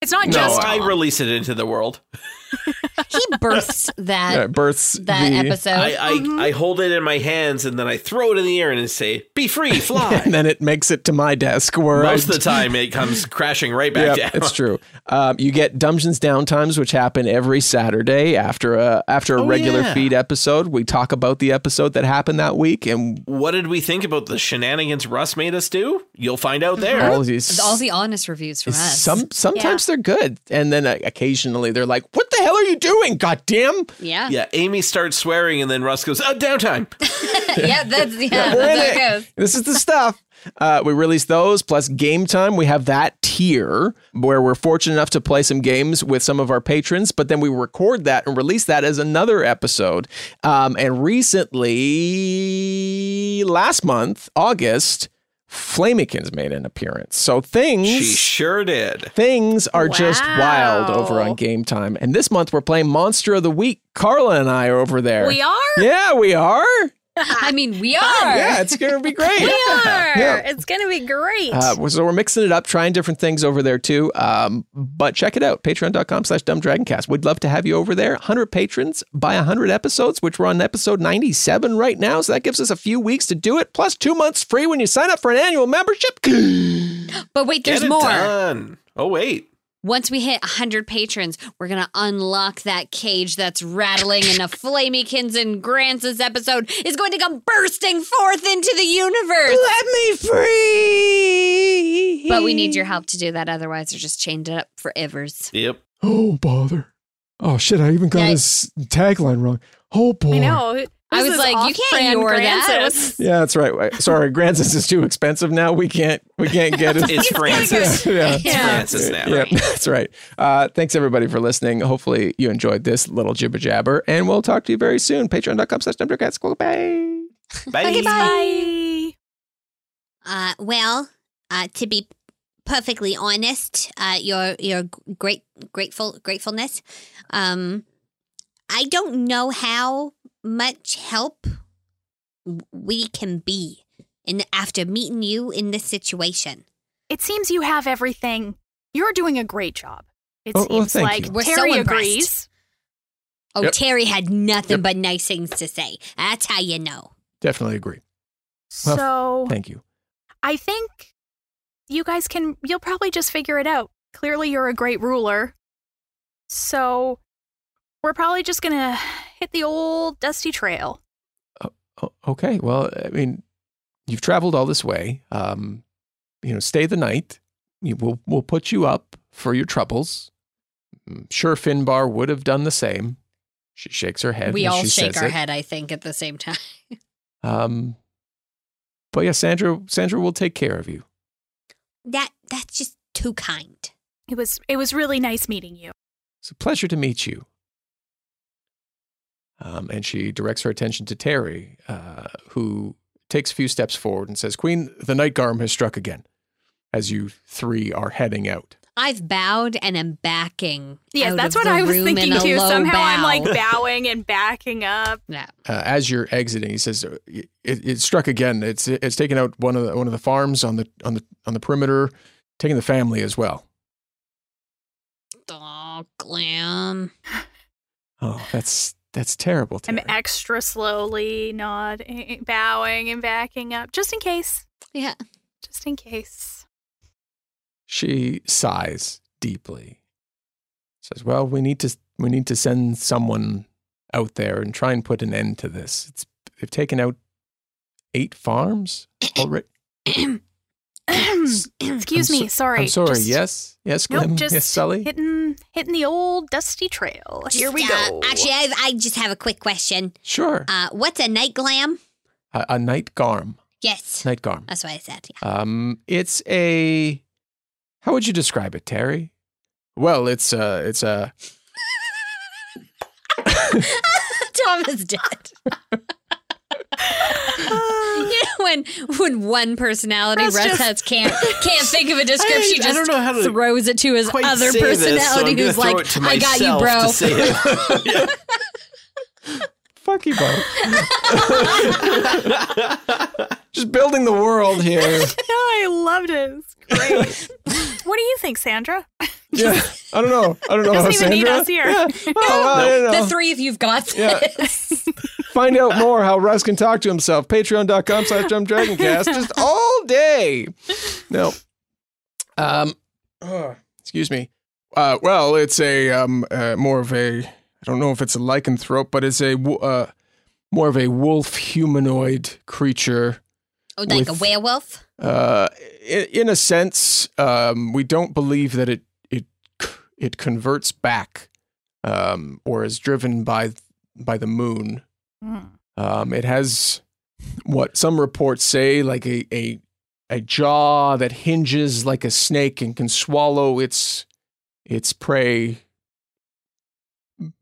F: It's not
G: No, um,
C: No,
F: just
C: I release it into the world.
B: He births that
G: Uh, births
B: that
G: the,
F: Oh.
B: episode.
C: I, I,
G: Mm-hmm.
C: I hold it in my hands and then I throw it in the air and say, "Be free, fly."
G: And then it makes it to my desk where
C: Most of
G: I-
C: the time, it comes crashing right
G: Yeah,
C: back down.
G: it's true. Um, you get Dungeons Downtimes, which happen every Saturday after a after a
C: Oh,
G: regular
C: yeah.
G: feed episode. We talk about the episode that happened that week and
C: What did we think about the shenanigans Russ made us do? You'll find out there.
F: Oh,
G: all these.
B: all the honest reviews from us.
G: some sometimes they're good, and then uh, occasionally they're like, "What the hell are you doing? Goddamn!"
B: yeah.
C: Yeah, Amy starts swearing, and then Russ goes, "Oh, downtime."
B: yeah, that's yeah,
G: We're in
B: that's
G: it.
B: how it goes.
G: This is the stuff. Uh, we release those plus game time. We have that tier where we're fortunate enough to play some games with some of our patrons, but then we record that and release that as another episode. Um, and recently, last month, August, Flamikins made an appearance. So things.
C: she sure did.
G: Things are just wild
F: Wow.
G: over on game time. And this month we're playing Monster of the Week. Carla and I are over there.
F: we are.
G: Yeah, we are.
B: I mean, we are.
G: Yeah, it's going to be great.
F: We are.
G: Yeah.
F: It's gonna be great.
G: Uh, so we're mixing it up, trying different things over there too. Um, but check it out, patreon.com slash dumbdragoncast. We'd love to have you over there. 100 patrons by 100 episodes, which we're on episode 97 right now. So that gives us a few weeks to do it, plus two months free when you sign up for an annual membership.
B: But wait, there's
C: Get it
B: more.
C: done. Oh wait,
B: Once we hit 100 patrons, we're going to unlock that cage that's rattling, and a Flamykins and Grants' episode is going to come bursting forth into the universe.
G: Let me free.
B: But we need your help to do that. Otherwise, we're just chained up forevers.
C: yep.
G: Oh, bother. Oh, shit. I even got
B: Yeah.
G: his tagline wrong. Oh, boy.
F: I know. Who's
B: I was
F: this
B: like, you
F: off-brand
B: can't ignore that.
F: Francis?
B: What's-
G: Yeah, that's right. Wait, Sorry, Grancis is too expensive now. We can't. We can't get it.
C: It's Francis.
G: yeah.
C: It's Francis now.
G: Yeah, that's right. Uh, thanks everybody for listening. Hopefully you enjoyed this little jibber jabber, and we'll talk to you very soon. Patreon.com slash numbercats. Bye.
C: Bye.
F: Bye.
B: Uh, well, uh, to be perfectly honest, uh, your your great grateful gratefulness. Um, I don't know how much help w- we can be in after meeting you in this situation.
F: It seems you have everything. You're doing a great job. It
G: Oh, well,
F: seems
G: thank
F: like
G: you.
B: We're so
F: Terry
B: impressed.
F: agrees.
B: Oh,
G: Yep.
B: Terry had nothing
G: Yep.
B: but nice things to say. That's how you know.
G: Definitely agree. Well,
B: Oh.
F: So
G: Thank you.
F: I think you guys can. You'll probably just figure it out. Clearly, you're a great ruler. So we're probably just gonna hit the old dusty trail.
G: O- Okay. Well, I mean, you've traveled all this way. Um, you know, stay the night. You- We'll we'll put you up for your troubles. I'm sure Finbar would have done the same. She shakes her head.
B: we
G: when
B: all
G: she
B: shake
G: says
B: our
G: it.
B: head, I think, at the same time.
G: Um, but yeah, Sandra, Sandra will take care of you.
B: That that's just too kind.
F: It was. It was really nice meeting you.
G: It's a pleasure to meet you. Um, and she directs her attention to Terry, uh, who takes a few steps forward and says, Queen, the night garm has struck again as you three are heading out.
B: I've bowed and am backing.
F: Yeah,
B: out
F: that's
B: of
F: what
B: the
F: I was
B: room
F: thinking
B: in a
F: too.
B: low
F: Somehow I'm
B: bow.
F: like bowing and backing up.
B: Yeah.
G: Uh, as you're exiting, he says, "Uh, it, it struck again. It's, it's taken out one of, the, one of the farms on the, on, the, on the perimeter, taking the family as well.
B: Aw, glam.
G: Oh, that's, that's terrible.
F: I'm
G: Terry.
F: extra slowly nodding, bowing, and backing up just in case.
B: Yeah.
F: Just in case.
G: She sighs deeply. Says, "Well, we need to we need to send someone out there and try and put an end to this. It's they've taken out eight farms already.
F: Excuse
G: I'm
F: me.
G: so-
F: sorry.
G: I'm sorry.
F: Just-
G: yes, yes,
F: Nope.
G: Glim.
F: just
G: yes, Sully.
F: hitting hitting the old dusty trail. Here we
B: Just, uh,
F: go.
B: actually, I, I just have a quick question.
G: sure.
B: Uh, what's a night glam?
G: a, a night garm.
B: Yes,
G: Night garm.
F: uh,
B: that's what I said. Yeah.
G: Um, it's a. How would you describe it, Terry? Well, it's a. It's a.
B: Tom is dead. you know when when one personality
C: That's
B: Russ
C: just-
B: has can't can't think of a description, she
C: I
B: just
C: don't know how to
B: throws it to his
C: Quite
B: other
C: say this, so I'm
B: personality
C: gonna
B: who's
C: throw
B: like,
C: it to
B: I got you,
C: myself
B: bro.
C: to say it.
G: Fuck you both. Just building the world here.
F: No, I loved it. It's great. what do you think, Sandra?
G: Yeah. I don't know. I don't know.
F: Doesn't
G: how
F: even need
G: Sandra-
F: us here.
G: Yeah. Oh, well, I don't know.
B: The three of you've got this.
G: Yeah. Find out more how Russ can talk to himself. Patreon.com slash jump dragoncast. Just all day. No. Um ugh, excuse me. Uh well, it's a um uh, more of a I don't know if it's a lycanthrope, but it's a wo- uh more of a wolf humanoid creature.
B: Oh, like a
G: With-
B: werewolf.
G: Uh, in, in a sense, um, we don't believe that it it it converts back, um, or is driven by by the moon.
F: Hmm.
G: Um, it has what some reports say, like a, a a jaw that hinges like a snake and can swallow its its prey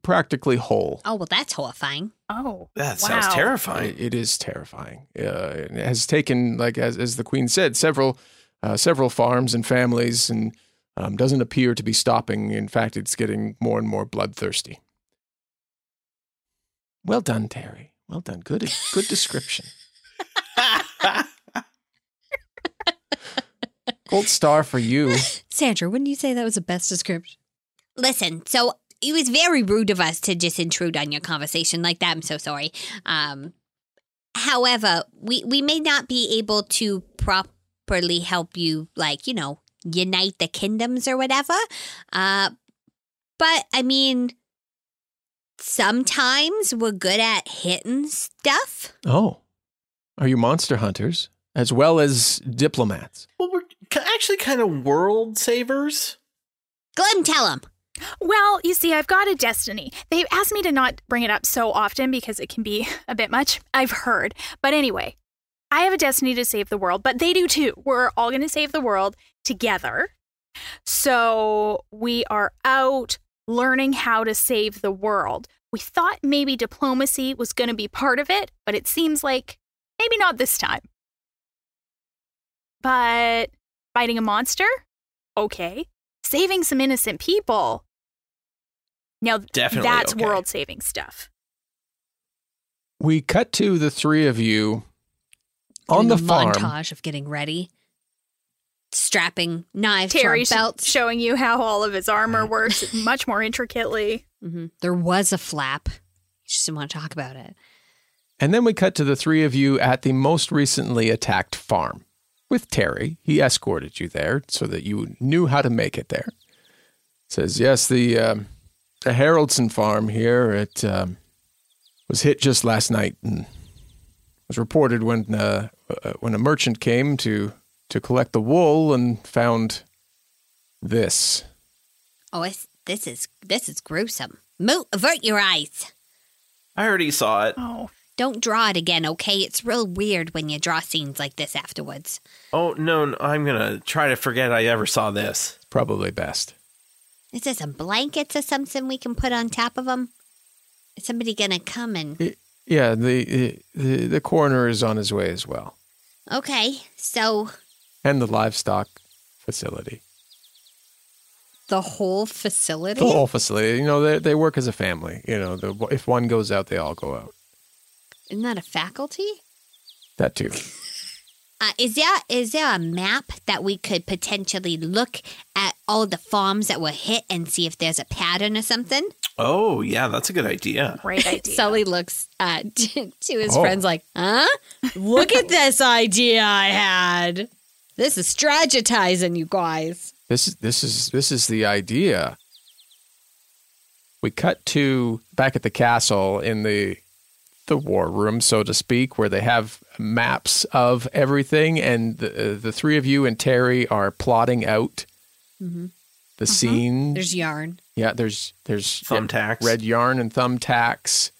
G: practically whole.
B: Oh well, that's horrifying.
F: Oh,
C: That
F: wow.
C: sounds terrifying.
G: It- it is terrifying. Uh, it has taken, like as as the queen said, several uh, several farms and families, and um, doesn't appear to be stopping. In fact, it's getting more and more bloodthirsty. Well done, Terry. Well done. Good good description. Gold star for you.
B: Sandra, wouldn't you say that was the best description? Listen, so it was very rude of us to just intrude on your conversation like that. I'm so sorry. Um, however, we, we may not be able to properly help you, like, you know, unite the kingdoms or whatever. Uh, but, I mean, sometimes we're good at hitting stuff.
G: Oh, are you monster hunters as well as diplomats?
C: well, we're ki- actually kind of world savers.
B: Glim, tell him.
F: Well, you see, I've got a destiny. They've asked me to not bring it up so often because it can be a bit much. I've heard. But anyway, I have a destiny to save the world, but they do too. We're all going to save the world together. So we are out learning how to save the world. We thought maybe diplomacy was going to be part of it, but it seems like maybe not this time. But fighting a monster? Okay. Saving some innocent people? Now,
C: Definitely
F: that's
C: okay.
F: world saving stuff.
G: We cut to the three of you on
B: Doing
G: the
B: a
G: farm.
B: montage of getting ready, strapping knives
F: Terry
B: to our belts.
F: showing you how all of his armor works much more intricately.
B: hmm There was a flap. You just didn't want to talk about it.
G: And then we cut to the three of you at the most recently attacked farm with Terry. He escorted you there so that you knew how to make it there. Says, yes, the, um, the Haroldson farm here, it um, was hit just last night and was reported when, uh, uh, when a merchant came to, to collect the wool and found this.
B: Oh, it's, this is this is gruesome. Moot, avert your eyes.
C: I already saw it.
F: Oh,
B: Don't draw it again, okay? It's real weird when you draw scenes like this afterwards.
C: Oh no, no I'm gonna try to forget I ever saw this.
G: Probably best.
B: Is there some blankets or something we can put on top of them? Is somebody gonna come and?
G: It, yeah, the, the, the coroner is on his way as well.
B: Okay, so
G: and the livestock facility.
B: the whole facility.
G: The whole facility. You know, they, they work as a family. You know, the, if one goes out, they all go out.
B: Isn't that a faculty?
G: That too.
B: Uh, is there is there a map that we could potentially look at all the farms that were hit and see if there's a pattern or something?
C: Oh yeah, that's a good idea.
F: great idea.
B: Sully looks uh, to, to his
G: Oh.
B: friends like, huh? Look at this idea I had. This is strategizing, you guys.
G: This is this is this is the idea. We cut to back at the castle in the the war room, so to speak, where they have maps of everything, and the, uh, the three of you and Terry are plotting out the scene.
B: There's yarn.
G: Yeah, there's there's yeah,
C: Thumbtacks.
G: red yarn, and thumbtacks,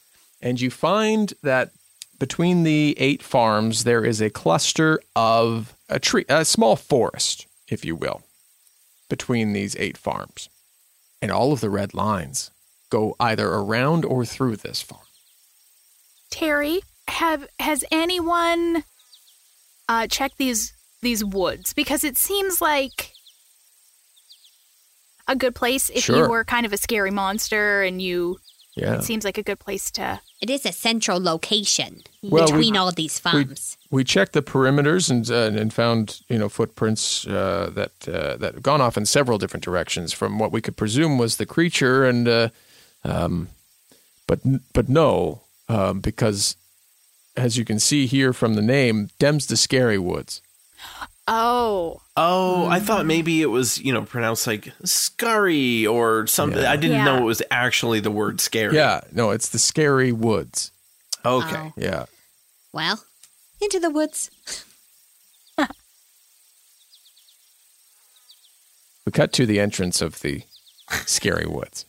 G: and you find that between the eight farms there is a cluster of a tree, a small forest, if you will, between these eight farms, and all of the red lines go either around or through this farm.
F: Terry, have has anyone uh, check these these woods because it seems like a good place if
G: Sure.
F: you were kind of a scary monster and you.
G: Yeah.
F: It seems like a good place to.
B: It is a central location
G: Well, we-
B: between all these farms.
G: We checked the perimeters and uh, and found you know footprints uh, that uh, that have gone off in several different directions from what we could presume was the creature and uh, um, but but no um, because as you can see here from the name Dems the Scary Woods.
F: Oh,
C: Oh,
B: Mm-hmm.
C: I thought maybe it was, you know, pronounced like scurry or something. I didn't
F: Yeah.
C: know it was actually the word scary.
G: Yeah, no, it's the Scary Woods.
C: Okay.
B: Oh.
G: Yeah.
B: Well, into the woods.
G: We cut to the entrance of the scary woods.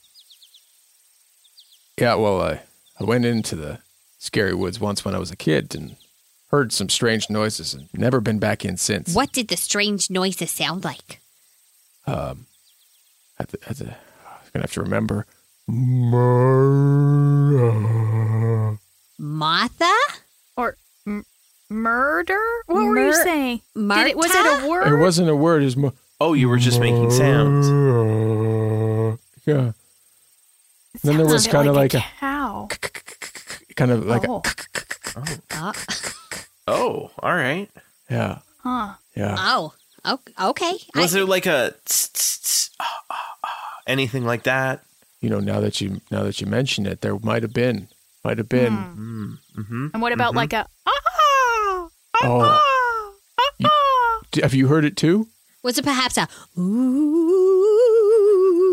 G: Yeah, well, I, I went into the scary woods once when I was a kid and heard some strange noises and never been back in since.
B: What did the strange noises sound like?
G: Um, I th- I th- I'm going to have to remember.
B: Martha?
F: or m- murder? What were you
B: Mur-
F: saying? Did it, was
B: Marta?
F: it a
G: It
F: word?
G: wasn't a word, it was more.
C: Oh, you were just making sounds.
G: Yeah.
F: It
G: Then there
F: sounds
G: was
F: a bit
G: kinda like
F: a
G: a-
F: cow.
G: Kind of like
F: Oh.
B: Oh,
C: Oh, all right.
G: a. Yeah.
F: Huh.
G: Yeah.
B: oh, o- okay. I-
C: Was there like a tss, tss, tss, ah, ah, ah, anything like that?
G: You know, now that you now that you mention it, there might have been, might have been.
F: Hmm.
C: Mm-hmm.
F: And what about like a ah
G: Oh,
F: ah
G: You-
F: ah?
G: d- have you heard it too?
B: was it perhaps a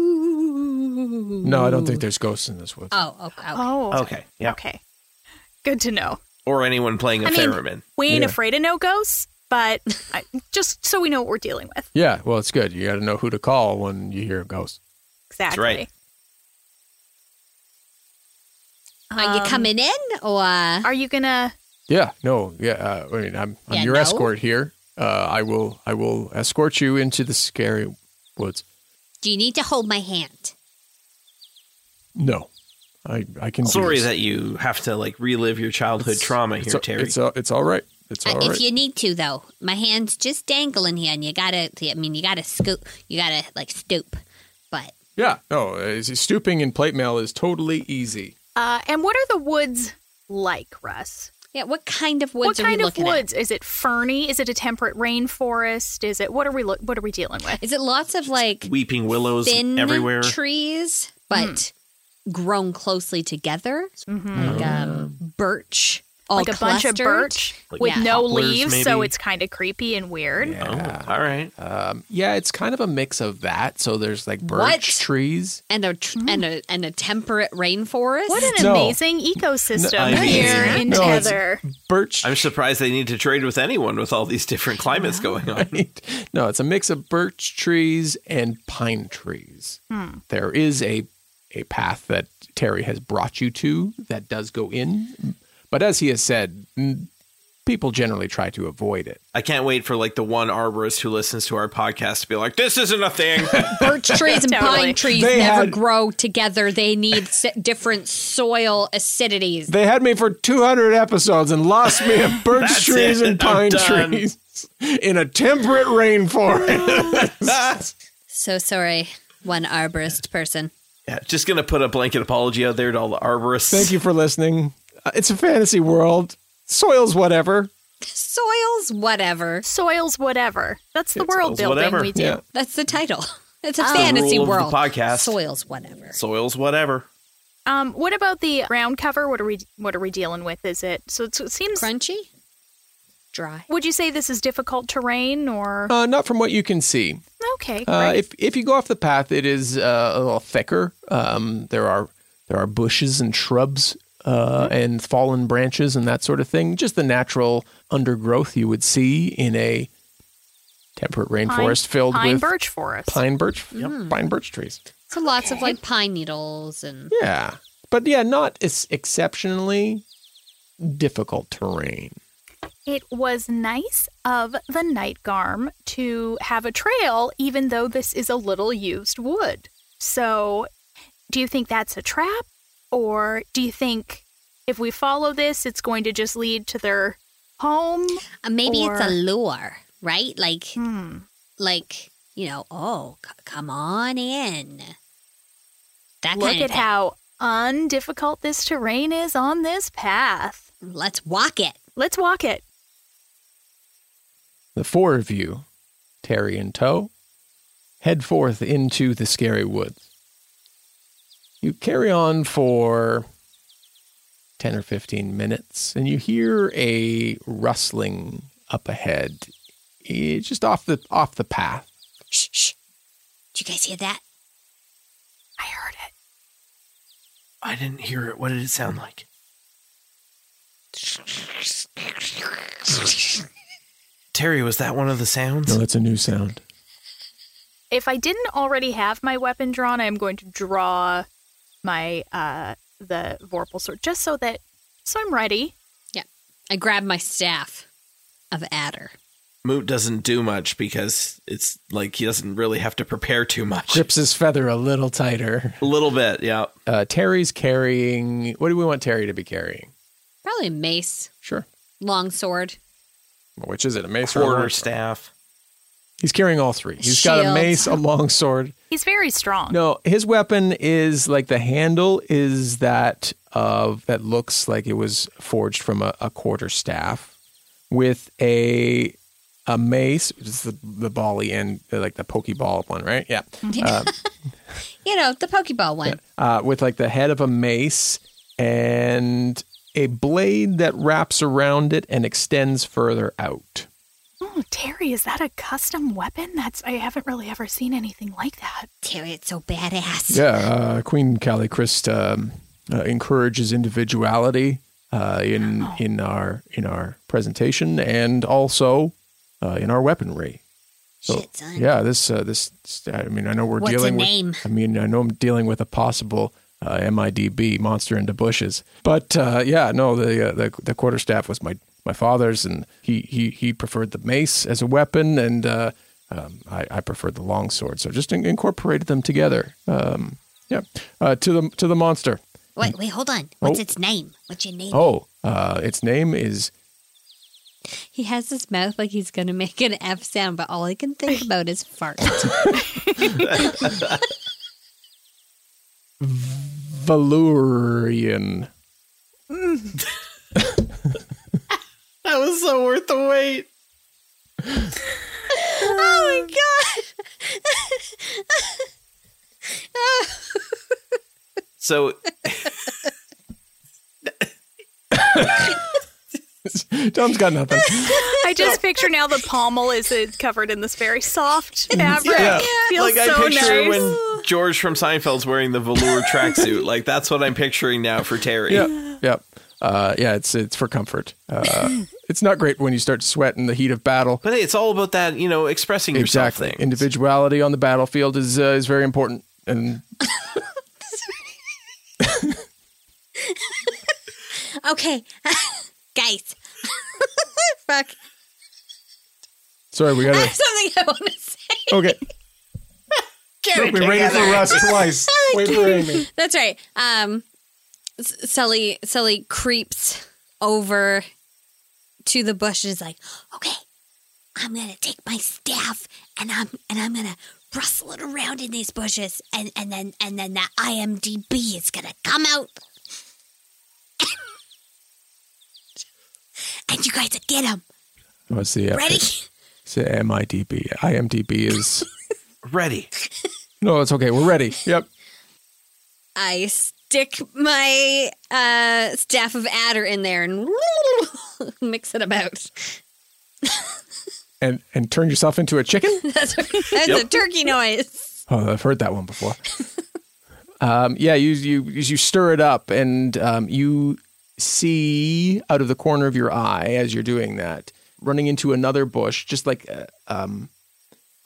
B: ooh?
G: No, I don't think there's ghosts in this woods.
B: Oh, okay. okay.
F: Oh,
C: Okay. Yeah.
F: okay. Good to know.
C: Or anyone playing a
F: I mean-
C: theremin.
F: We ain't
G: Yeah.
F: afraid of no ghosts, but I, just so we know what we're dealing with.
G: Yeah, well, it's good. You got to know who to call when you hear a ghost.
F: Exactly.
C: right.
B: Are you
F: Um,
B: coming in or
F: Are you gonna?
G: Yeah, no, yeah. Uh, I mean, I'm, I'm
B: Yeah,
G: your
B: no.
G: escort here. Uh, I will I will escort you into the scary woods.
B: do you need to hold my hand?
G: No, I I can. do
C: Sorry
G: this.
C: that you have to like relive your childhood trauma
G: it's,
C: here, Terry.
G: It's all, it's all right. It's
B: Uh,
G: all right.
B: If you need to, though, my hand's just dangling here, and you gotta. I mean, you gotta scoop. You gotta like stoop. But
G: Yeah, no, uh, stooping in plate mail is totally easy.
F: Uh, and what are the woods like, Russ?
B: yeah, what kind of woods
F: what kind
B: are we
F: of
B: looking
F: woods is it? Ferny? Is it a temperate rainforest? Is it? What are we? Lo- what are we dealing with?
B: at? Is it lots of like
C: Weeping willows
B: thin
C: everywhere.
B: trees, but
F: Hmm.
B: grown closely together, like
G: Uh.
B: um, birch, all
F: Mm-hmm. like a bunch of
B: clustered.
F: birch
C: Like
F: with
B: yeah.
F: no
C: poplars,
F: leaves, so
C: maybe?
F: it's kind of creepy and weird.
C: Oh, all right.
G: Um, yeah, it's kind of a mix of that. So there's like birch
B: What?
G: trees.
B: and a tr- and a and a temperate rainforest.
F: What an
G: No.
F: amazing ecosystem
C: I mean-
F: here in
G: No, it's-
F: Tether.
G: Birch
C: I'm surprised they need to trade with anyone with all these different climates going on.
G: right? No, it's a mix of birch trees and pine trees.
C: Hmm.
G: There is a a path that Terry has brought you to that does go in, but as he has said, n- people generally try to avoid it.
C: I can't wait for like the one arborist who listens to our podcast to be like, "This isn't a thing."
B: Birch trees and
F: Totally.
B: pine trees
G: They
B: never
G: had-
B: grow together. They need s- different soil acidities.
G: They had me for 200 episodes and lost me at birch
C: That's
G: trees
C: it.
G: and
C: I'm
G: pine
C: done.
G: trees in a temperate rainforest.
B: So sorry, one arborist person.
C: yeah, just gonna put a blanket apology out there to all the arborists.
G: Thank you for listening. Uh, It's a fantasy world. Soil's whatever.
B: Soils, whatever.
F: Soils, whatever. That's the
C: It's
F: world
C: soils,
F: building
C: whatever.
F: we do.
G: Yeah.
B: That's the title. It's a fantasy
C: rule of the
B: world.
C: podcast.
B: Soils, whatever.
C: Soils, whatever.
F: Um, what about the ground cover? What are we? What are we dealing with? Is it? So it's- it seems.
B: Crunchy, dry.
F: Would you say this is difficult terrain or?
G: Uh, not from what you can see.
F: okay,
G: Uh,
F: great.
G: if if you go off the path, it is uh, a little thicker. Um, there are there are bushes and shrubs
F: Mm-hmm.
G: uh, and fallen branches and that sort of thing. Just the natural undergrowth you would see in a temperate rainforest filled
F: pine
G: with
F: birch Mm-hmm. forest.
G: pine birch pine birch trees.
B: So lots of like pine needles and
G: Yeah, but yeah, not ex- exceptionally difficult terrain.
F: It was nice of the night garm to have a trail, even though this is a little used wood. So, do you think that's a trap, or do you think if we follow this, it's going to just lead to their home?
B: Uh, maybe it's a
F: Or-
B: lure, right? Like,
F: Hmm.
B: like you know, oh, c- come on in. That
F: Look
B: kind
F: at
B: of thing.
F: how undifficult this terrain is on this path.
B: Let's walk it.
F: Let's walk it.
G: The four of you, Terry in tow, head forth into the scary woods. You carry on for 10 or 15 minutes and you hear a rustling up ahead. It's just off the off the path.
B: Shh, shh. Did you guys hear that?
F: I heard it.
C: I didn't hear it. What did it sound like? Terry, was that one of the sounds?
G: that's a new sound.
F: If I didn't already have my weapon drawn, I am going to draw my uh the Vorpal sword just so that so I'm ready.
B: I grabbed my staff of adder.
C: Moot doesn't do much because it's like he doesn't really have to prepare too much.
G: Grips his feather a little tighter.
C: A little bit, yeah.
G: Uh, Terry's carrying. What do we want Terry to be carrying?
B: Probably a mace,
G: Sure.
B: long sword.
G: Which is it? A mace or a
C: Quarter
G: longsword?
C: staff.
G: He's carrying all three. He's got a
B: Shield.
G: mace, a longsword.
F: He's very strong.
G: No, his weapon is like the handle is that of that looks like it was forged from a, a quarter staff with a a mace, which is the the bally end, like the pokeball one, right? Yeah.
B: You know, the Pokeball one.
G: uh, with like the head of a mace and a blade that wraps around it and extends further out.
F: Oh, Terry, is that a custom weapon? That's I haven't really ever seen anything like that.
B: Terry, it's so badass.
G: Yeah, uh, Queen Calichrist um, uh, encourages individuality uh, in in our in our presentation and also uh, in our weaponry. So
B: Shit, son.
G: Oh, yeah, this uh, this I mean I know we're
B: What's a
G: dealing
B: name?
G: with I mean I know I'm dealing with a possible uh, MIDB monster into bushes, but uh, yeah, no the, uh, the the quarterstaff was my my father's and he he he preferred the mace as a weapon and. Uh, um, I, I preferred the long sword, so just in- incorporated them together. Um, yeah, uh, to the to the monster.
B: Wait, wait, hold on. What's
G: Oh.
B: its name? What's your name?
G: Oh, uh, its name is
B: He has his mouth like he's going to make an F sound, but all I can think about is fart.
G: Valurian.
C: That was so worth the wait.
B: oh my god!
C: So
G: Tom's got nothing.
F: I just picture now the pommel is uh, covered in this very soft fabric.
C: Yeah.
F: Feels
C: like
F: so
C: I picture
F: nice.
C: when George from Seinfeld's wearing the velour tracksuit. Like that's what I'm picturing now for Terry.
G: yeah, yeah, uh, yeah. It's it's for comfort. Uh, it's not great when you start to sweat in the heat of battle.
C: But hey, it's all about that, you know, expressing yourself
G: Exactly.
C: thing.
G: Individuality on the battlefield is uh, is very important. And
B: Okay, guys. Fuck.
G: sorry, we
B: I
G: gotta.
B: have something I want to say.
G: Okay. we waited for Russ twice. Wait for Amy.
B: That's right. Um, S- Sully Sully creeps over to the bush and is like, "Okay, I'm gonna take my staff and I'm and I'm gonna rustle it around in these bushes, and and then and then that IMDb is gonna come out, and you guys will get him.
G: What's the uh,
B: Ready?
G: It's the MIDB. IMDB is.
C: Ready.
G: no, it's okay. We're ready. Yep.
B: I stick my uh, staff of adder in there and mix it about.
G: And and turn yourself into a chicken.
B: That's, that's a turkey noise.
G: Oh, I've heard that one before. um, yeah, you you you stir it up, and um, you see out of the corner of your eye as you're doing that, running into another bush, just like uh, um,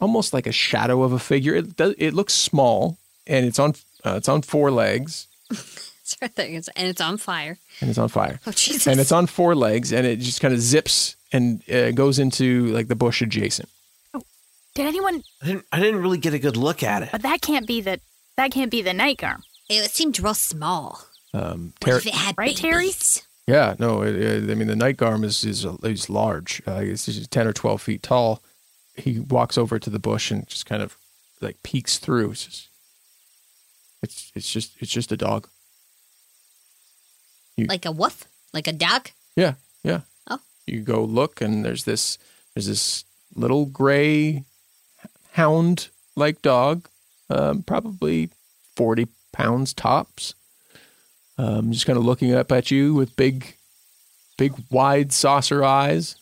G: almost like a shadow of a figure. It does, it looks small, and it's on uh, it's on four legs,
B: Sorry, I think it's- And it's on fire.
G: and it's on fire.
B: Oh, Jesus.
G: And it's on four legs, and it just kind of zips and uh, goes into like the bush adjacent.
F: Did anyone?
C: I didn't I didn't really get a good look at it.
F: But that can't be the that can't be the night garm,
B: it seemed real small.
G: Um,
B: What
G: Terry,
B: if it had
F: right, Terry?
B: babies?
G: Yeah, no, it, it- I mean the night garm is is, is large. Uh, it's just ten or twelve feet tall. He walks over to the bush and just kind of like peeks through. It's just, it's, it's just it's just a dog.
B: Like a wolf? Like a dog?
G: Yeah, yeah.
B: Oh.
G: You go look, and there's this there's this little gray hound like dog, um, probably forty pounds tops. Um, just kind of looking up at you with big, big wide saucer eyes.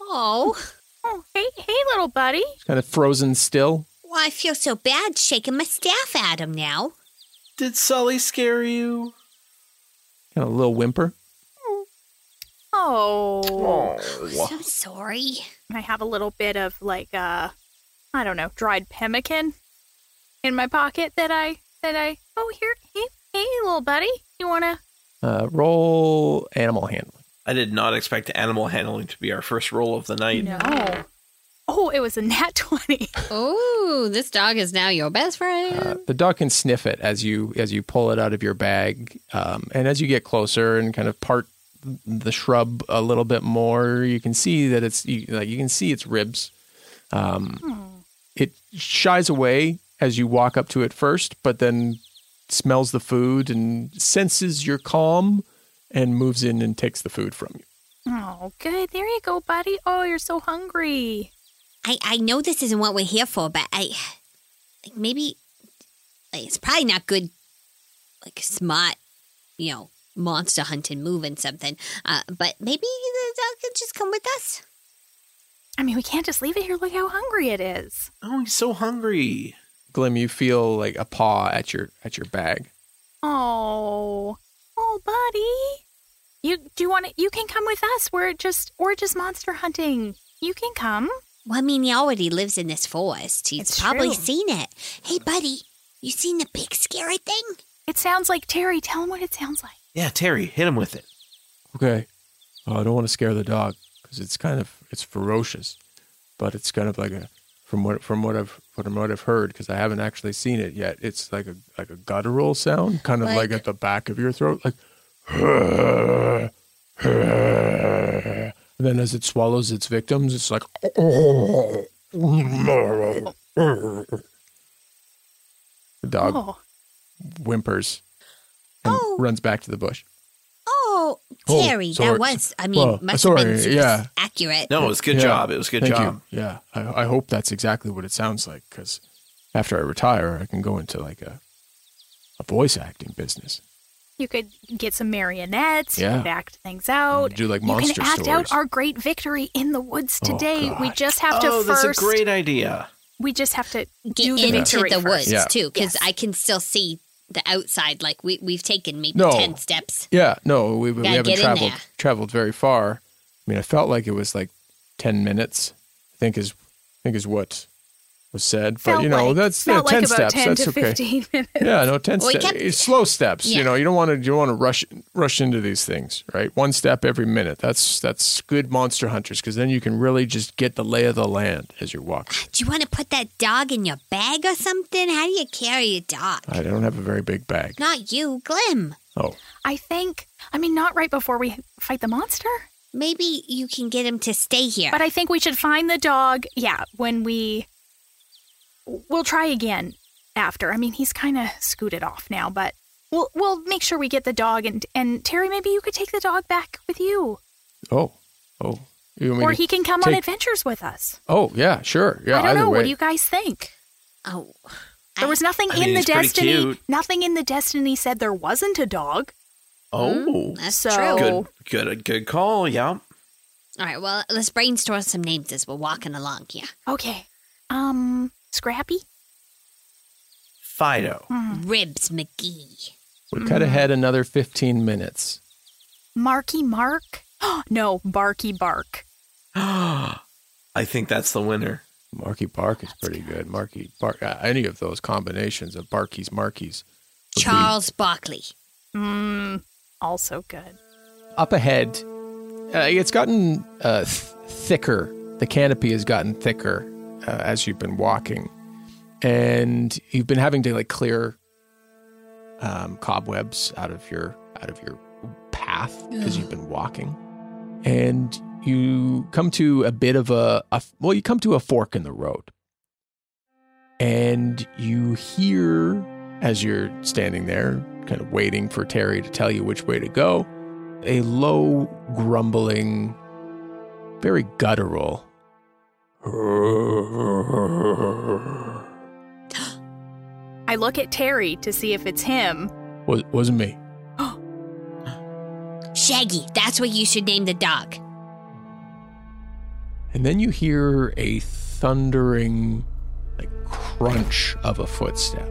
B: Oh,
F: Oh, hey, hey, little buddy.
G: It's kind of frozen still.
B: well, I feel so bad shaking my staff at him now.
C: Did Sully scare you?
G: Kind of a little whimper.
F: Oh,
B: So sorry.
F: I have a little bit of like uh, I don't know, dried pemmican in my pocket that I that I. Oh, here, hey, hey, little buddy, you wanna?
G: Uh, roll animal handling.
C: I did not expect animal handling to be our first roll of the night.
F: No. Oh, it was a nat twenty.
B: Oh, this dog is now your best friend.
G: Uh, the dog can sniff it as you as you pull it out of your bag, um, and as you get closer and kind of part the shrub a little bit more, you can see that it's you, like you can see its ribs. Um, it shies away as you walk up to it first, but then smells the food and senses your calm, and moves in and takes the food from you.
F: Oh, good. There you go, buddy. Oh, you're so hungry.
B: I, I know this isn't what we're here for, but I like maybe like, it's probably not good, like smart, you know, monster hunting move and something. Uh, but maybe the dog could just come with us.
F: I mean, we can't just leave it here. Look how hungry it is.
C: Oh, he's so hungry.
G: Glim, you feel like a paw at your at your bag.
F: Oh, oh, buddy. You do you want to? You can come with us. We're just we're just monster hunting. You can come.
B: Well, I mean, he already lives in this forest. He's
F: It's
B: probably
F: true.
B: seen it. Hey, buddy, you seen the big scary thing?
F: It sounds like Terry. Tell him what it sounds like.
C: Yeah, Terry, hit him with it.
G: okay well, i don't want to scare the dog because it's kind of it's ferocious but it's kind of like a from what from what i've from what i've heard because i haven't actually seen it yet it's like a like a guttural sound kind of like,
B: Like-
G: at the back of your throat like and then as it swallows its victims it's like the dog
F: Oh,
G: whimpers and
B: Oh.
G: runs back to the bush
B: Oh,
G: Oh,
B: Terry,
G: sorry.
B: that was. I mean,
G: Well,
B: must have
G: sorry,
B: been super
G: yeah.
B: accurate.
C: No, it was Oh, a good
G: Yeah.
C: job. It was a good
G: Thank
C: job.
G: you. Yeah, I, I hope that's exactly what it sounds like because after I retire, I can go into like a a voice acting business.
F: you could get some marionettes. You
G: Yeah.
F: could act things out.
G: do, like,
F: You
G: monster
F: can act
G: stories.
F: out our great victory in the woods
G: Oh,
F: today. we
G: God.
F: just have to
C: oh,
F: first.
C: that's a great idea.
F: we just have to
B: Get
F: do the
B: into
F: victory
B: the
F: first.
B: woods,
G: Yeah.
B: too, because
F: Yes.
B: I can still see the outside. Like, we, we've taken maybe
G: No.
B: 10 steps.
G: Yeah, no, we, we
B: Gotta
G: haven't
B: get in
G: traveled
B: there.
G: traveled very far. I mean, I felt like it was like ten minutes. I think is I think is what was said,
F: Felt
G: but you know
F: like-
G: that's yeah,
F: felt
G: ten
F: like about
G: steps.
F: 10
G: that's
F: to
G: okay.
F: 15 minutes.
G: Yeah, no, ten
B: Well, we
G: steps.
B: kept-
G: It's slow steps.
B: Yeah.
G: You know, you don't want to you don't want to rush rush into these things, right? One step every minute. That's that's good monster hunters because then you can really just get the lay of the land as you're walking.
B: Do you want to put that dog in your bag or something? How do you carry a dog?
G: I don't have a very big bag.
B: Not you, Glim.
G: Oh,
F: I think, I mean, not right before we fight the monster,
B: Maybe you can get him to stay here.
F: but I think we should find the dog. Yeah, when we. We'll try again after. I mean, he's kind of scooted off now, but we'll we'll make sure we get the dog and and Terry, maybe you could take the dog back with you,
G: oh, oh. You want me
F: or
G: to
F: he can come on
G: take-
F: adventures with us.
G: Oh, yeah, sure. Yeah,
F: I don't
G: either
F: know.
G: way.
F: What do you guys think?
B: oh,
F: There
B: I-
F: was nothing
C: I
F: in
C: mean,
F: the
C: he's pretty
F: destiny.
C: cute.
F: Nothing in the destiny said there wasn't a dog.
C: Oh,
B: that's
F: so-
B: true.
C: good,
F: Oh.
C: good, good call. Yeah.
B: All right, well, let's brainstorm some names as we're walking along here.
F: Okay. Um, Scrappy.
C: Fido.
F: Mm.
B: Ribs McGee.
G: we
F: Mm-hmm.
G: cut ahead another fifteen minutes.
F: Marky Mark? no, Barky Bark.
C: I think that's the winner.
G: Marky Bark is pretty good. Marky Bark. Uh, any of those combinations of Barkies, Markies. would be-
B: Charles Barkley.
F: Mmm, also good.
G: up ahead, uh, it's gotten uh, th- thicker. The canopy has gotten thicker uh, as you've been walking, and you've been having to like clear um, cobwebs out of your out of your path because you've been walking. And you come to a bit of a, a, well, you come to a fork in the road. And you hear, as you're standing there, kind of waiting for Terry to tell you which way to go, a low, grumbling, very guttural.
F: I look at Terry to see if it's him.
G: Was, wasn't me.
B: Shaggy, that's what you should name the dog.
G: And then you hear a thundering, like crunch of a footstep,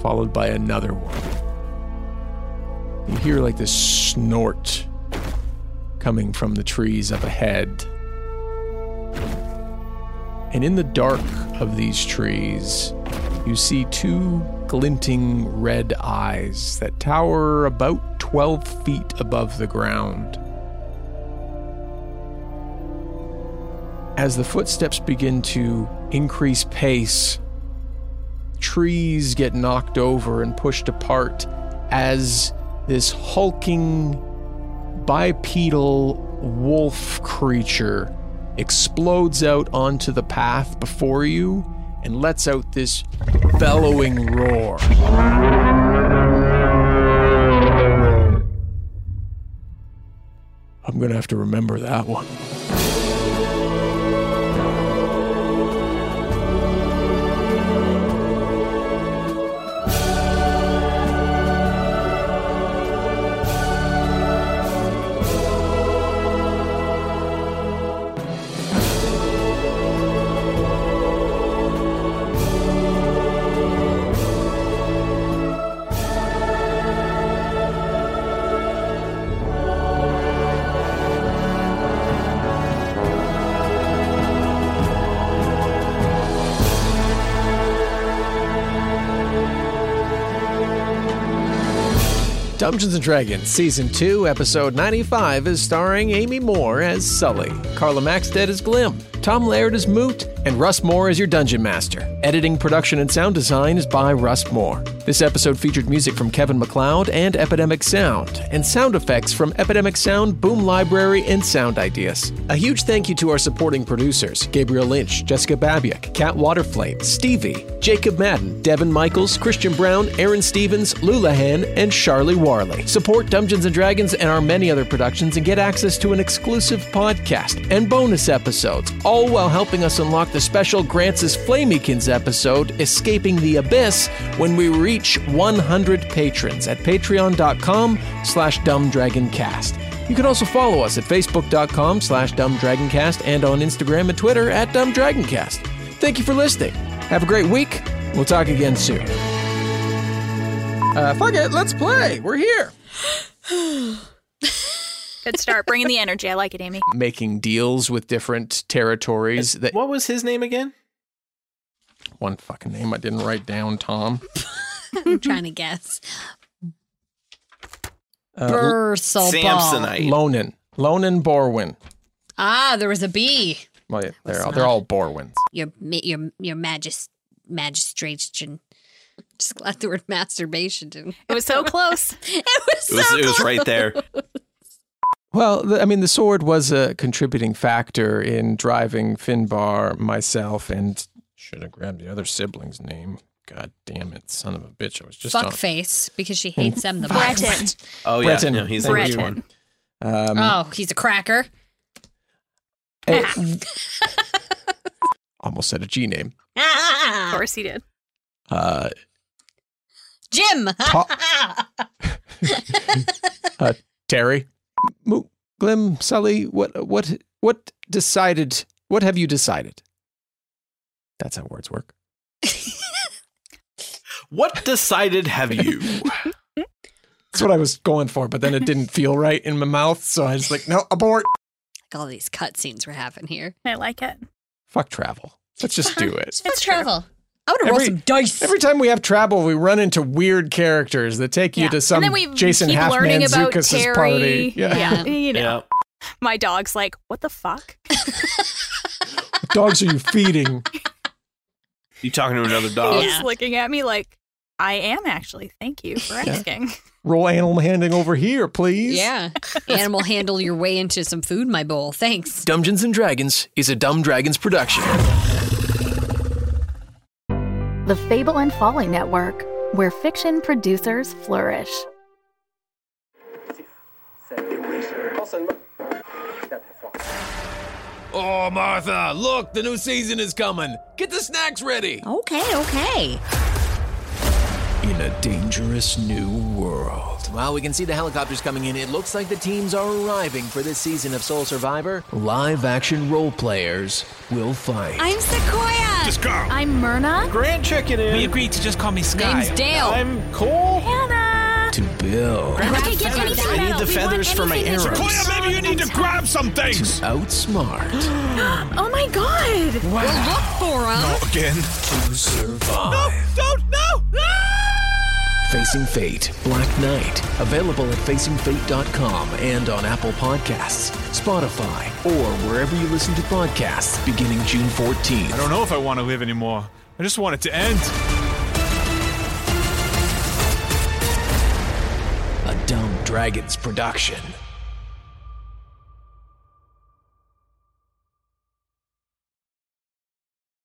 G: followed by another one. You hear like this snort coming from the trees up ahead. And in the dark of these trees, you see two glinting red eyes that tower about 12 feet above the ground. As the footsteps begin to increase pace, trees get knocked over and pushed apart as this hulking bipedal wolf creature explodes out onto the path before you and lets out this bellowing roar. I'm going to have to remember that one. Dungeons and Dragons Season 2, Episode 95 is starring Amy Moore as Sully, Carla Maxted as Glim, Tom Laird as Moot, and Russ Moore as your Dungeon Master. Editing, production, and sound design is by Russ Moore. This episode featured music from Kevin McLeod and Epidemic Sound, and sound effects from Epidemic Sound, Boom Library, and Sound Ideas. A huge thank you to our supporting producers Gabriel Lynch, Jessica Babiak, Kat Waterflame, Stevie, Jacob Madden, Devin Michaels, Christian Brown, Aaron Stevens, Lulahan, and Charlie Warley. Support Dungeons and Dragons and our many other productions and get access to an exclusive podcast and bonus episodes, all while helping us unlock the special Grants' Flamekins episode, Escaping the Abyss, when we reach 100 patrons at patreon.com slash dumbdragoncast. You can also follow us at facebook.com slash dumbdragoncast and on Instagram and Twitter at dumbdragoncast. Thank you for listening. Have a great week. We'll talk again soon. Uh, fuck it, let's play. We're here.
F: Good start. Bringing the energy. I like it, Amy.
G: Making deals with different territories that
C: What was his name again?
G: one fucking name I didn't write down, Tom.
B: I'm trying to guess.
G: Uh,
H: Bursal
C: Samsonite.
G: Lonan. Lonan Borwin.
H: Ah, there was a B.
G: Well, yeah, they're, all,
B: not-
G: they're all Borwins.
B: Your ma- your your magis magistration. Just glad the word masturbation didn't.
F: It was so close.
B: It was
C: It was,
B: so
C: it was
B: close.
C: right there.
G: Well, the, I mean, the sword was a contributing factor in driving Finbar, myself, and should have grabbed the other sibling's name. God damn it, son of a bitch! I was just on.
B: Fuckface because she hates them the
F: Breton.
B: most.
C: Oh, yeah.
G: Breton.
C: No, he's
F: Breton.
C: the worst one.
G: Um,
H: Oh, he's a cracker.
G: eh, almost said a G name.
F: Of course he did.
G: Uh,
B: Jim.
G: Ta- uh, Terry, Mo- Glim, Sully, what, what, what decided? What have you decided? That's how words work.
C: What decided have you?
G: That's what I was going for, but then it didn't feel right in my mouth, so I was like, no, abort.
B: like all these cutscenes we're having here.
F: I like it.
G: Fuck travel. Let's just do it.
B: Let's travel. I want to roll
G: Every-
B: some dice.
G: Every time we have travel, we run into weird characters that take you
F: Yeah.
G: to some
F: and then we
G: Jason
F: keep learning
G: Halfman
F: about
G: Zukas'
F: Terry.
G: party.
F: Yeah.
B: Yeah.
F: You know,
C: yeah.
F: my dog's like, what the fuck?
G: What dogs are you feeding?
C: You talking to another dog?
F: He's looking at me like,
I: I am actually. Thank you for
J: Yeah.
I: asking.
J: Roll animal handling over here, please.
B: Yeah. Animal handle your way into some food, my bowl. Thanks.
G: Dungeons and Dragons is a Dumb Dragons production.
F: The Fable and Folly Network, where fiction producers flourish.
G: Oh, Martha, look, the new season is coming. Get the snacks ready.
K: Okay, okay.
G: In a dangerous new world. While we can see the helicopters coming in, it looks like the teams are arriving for this season of Soul Survivor. Live action role players will fight.
K: I'm Sequoia.
G: Just go.
F: I'm Myrna.
C: Grand Chicken in.
L: We agreed to just call me Sky.
B: Name's Dale.
C: I'm Cole.
F: Hannah.
G: To Bill.
L: I
C: get feathers. anything I need metal. the We want feathers for my anything that's arrows.
L: Sequoia, maybe you need to grab some things.
G: To outsmart.
I: oh my god!
B: We'll look for him.
G: Again. To survive.
L: Don't no.
G: Facing Fate, Black Knight. Available at facingfate.com and on Apple Podcasts, Spotify, or wherever you listen to podcasts beginning June 14th.
L: I don't know if I want to live anymore. I just want it to end.
G: A Dumb Dragons production.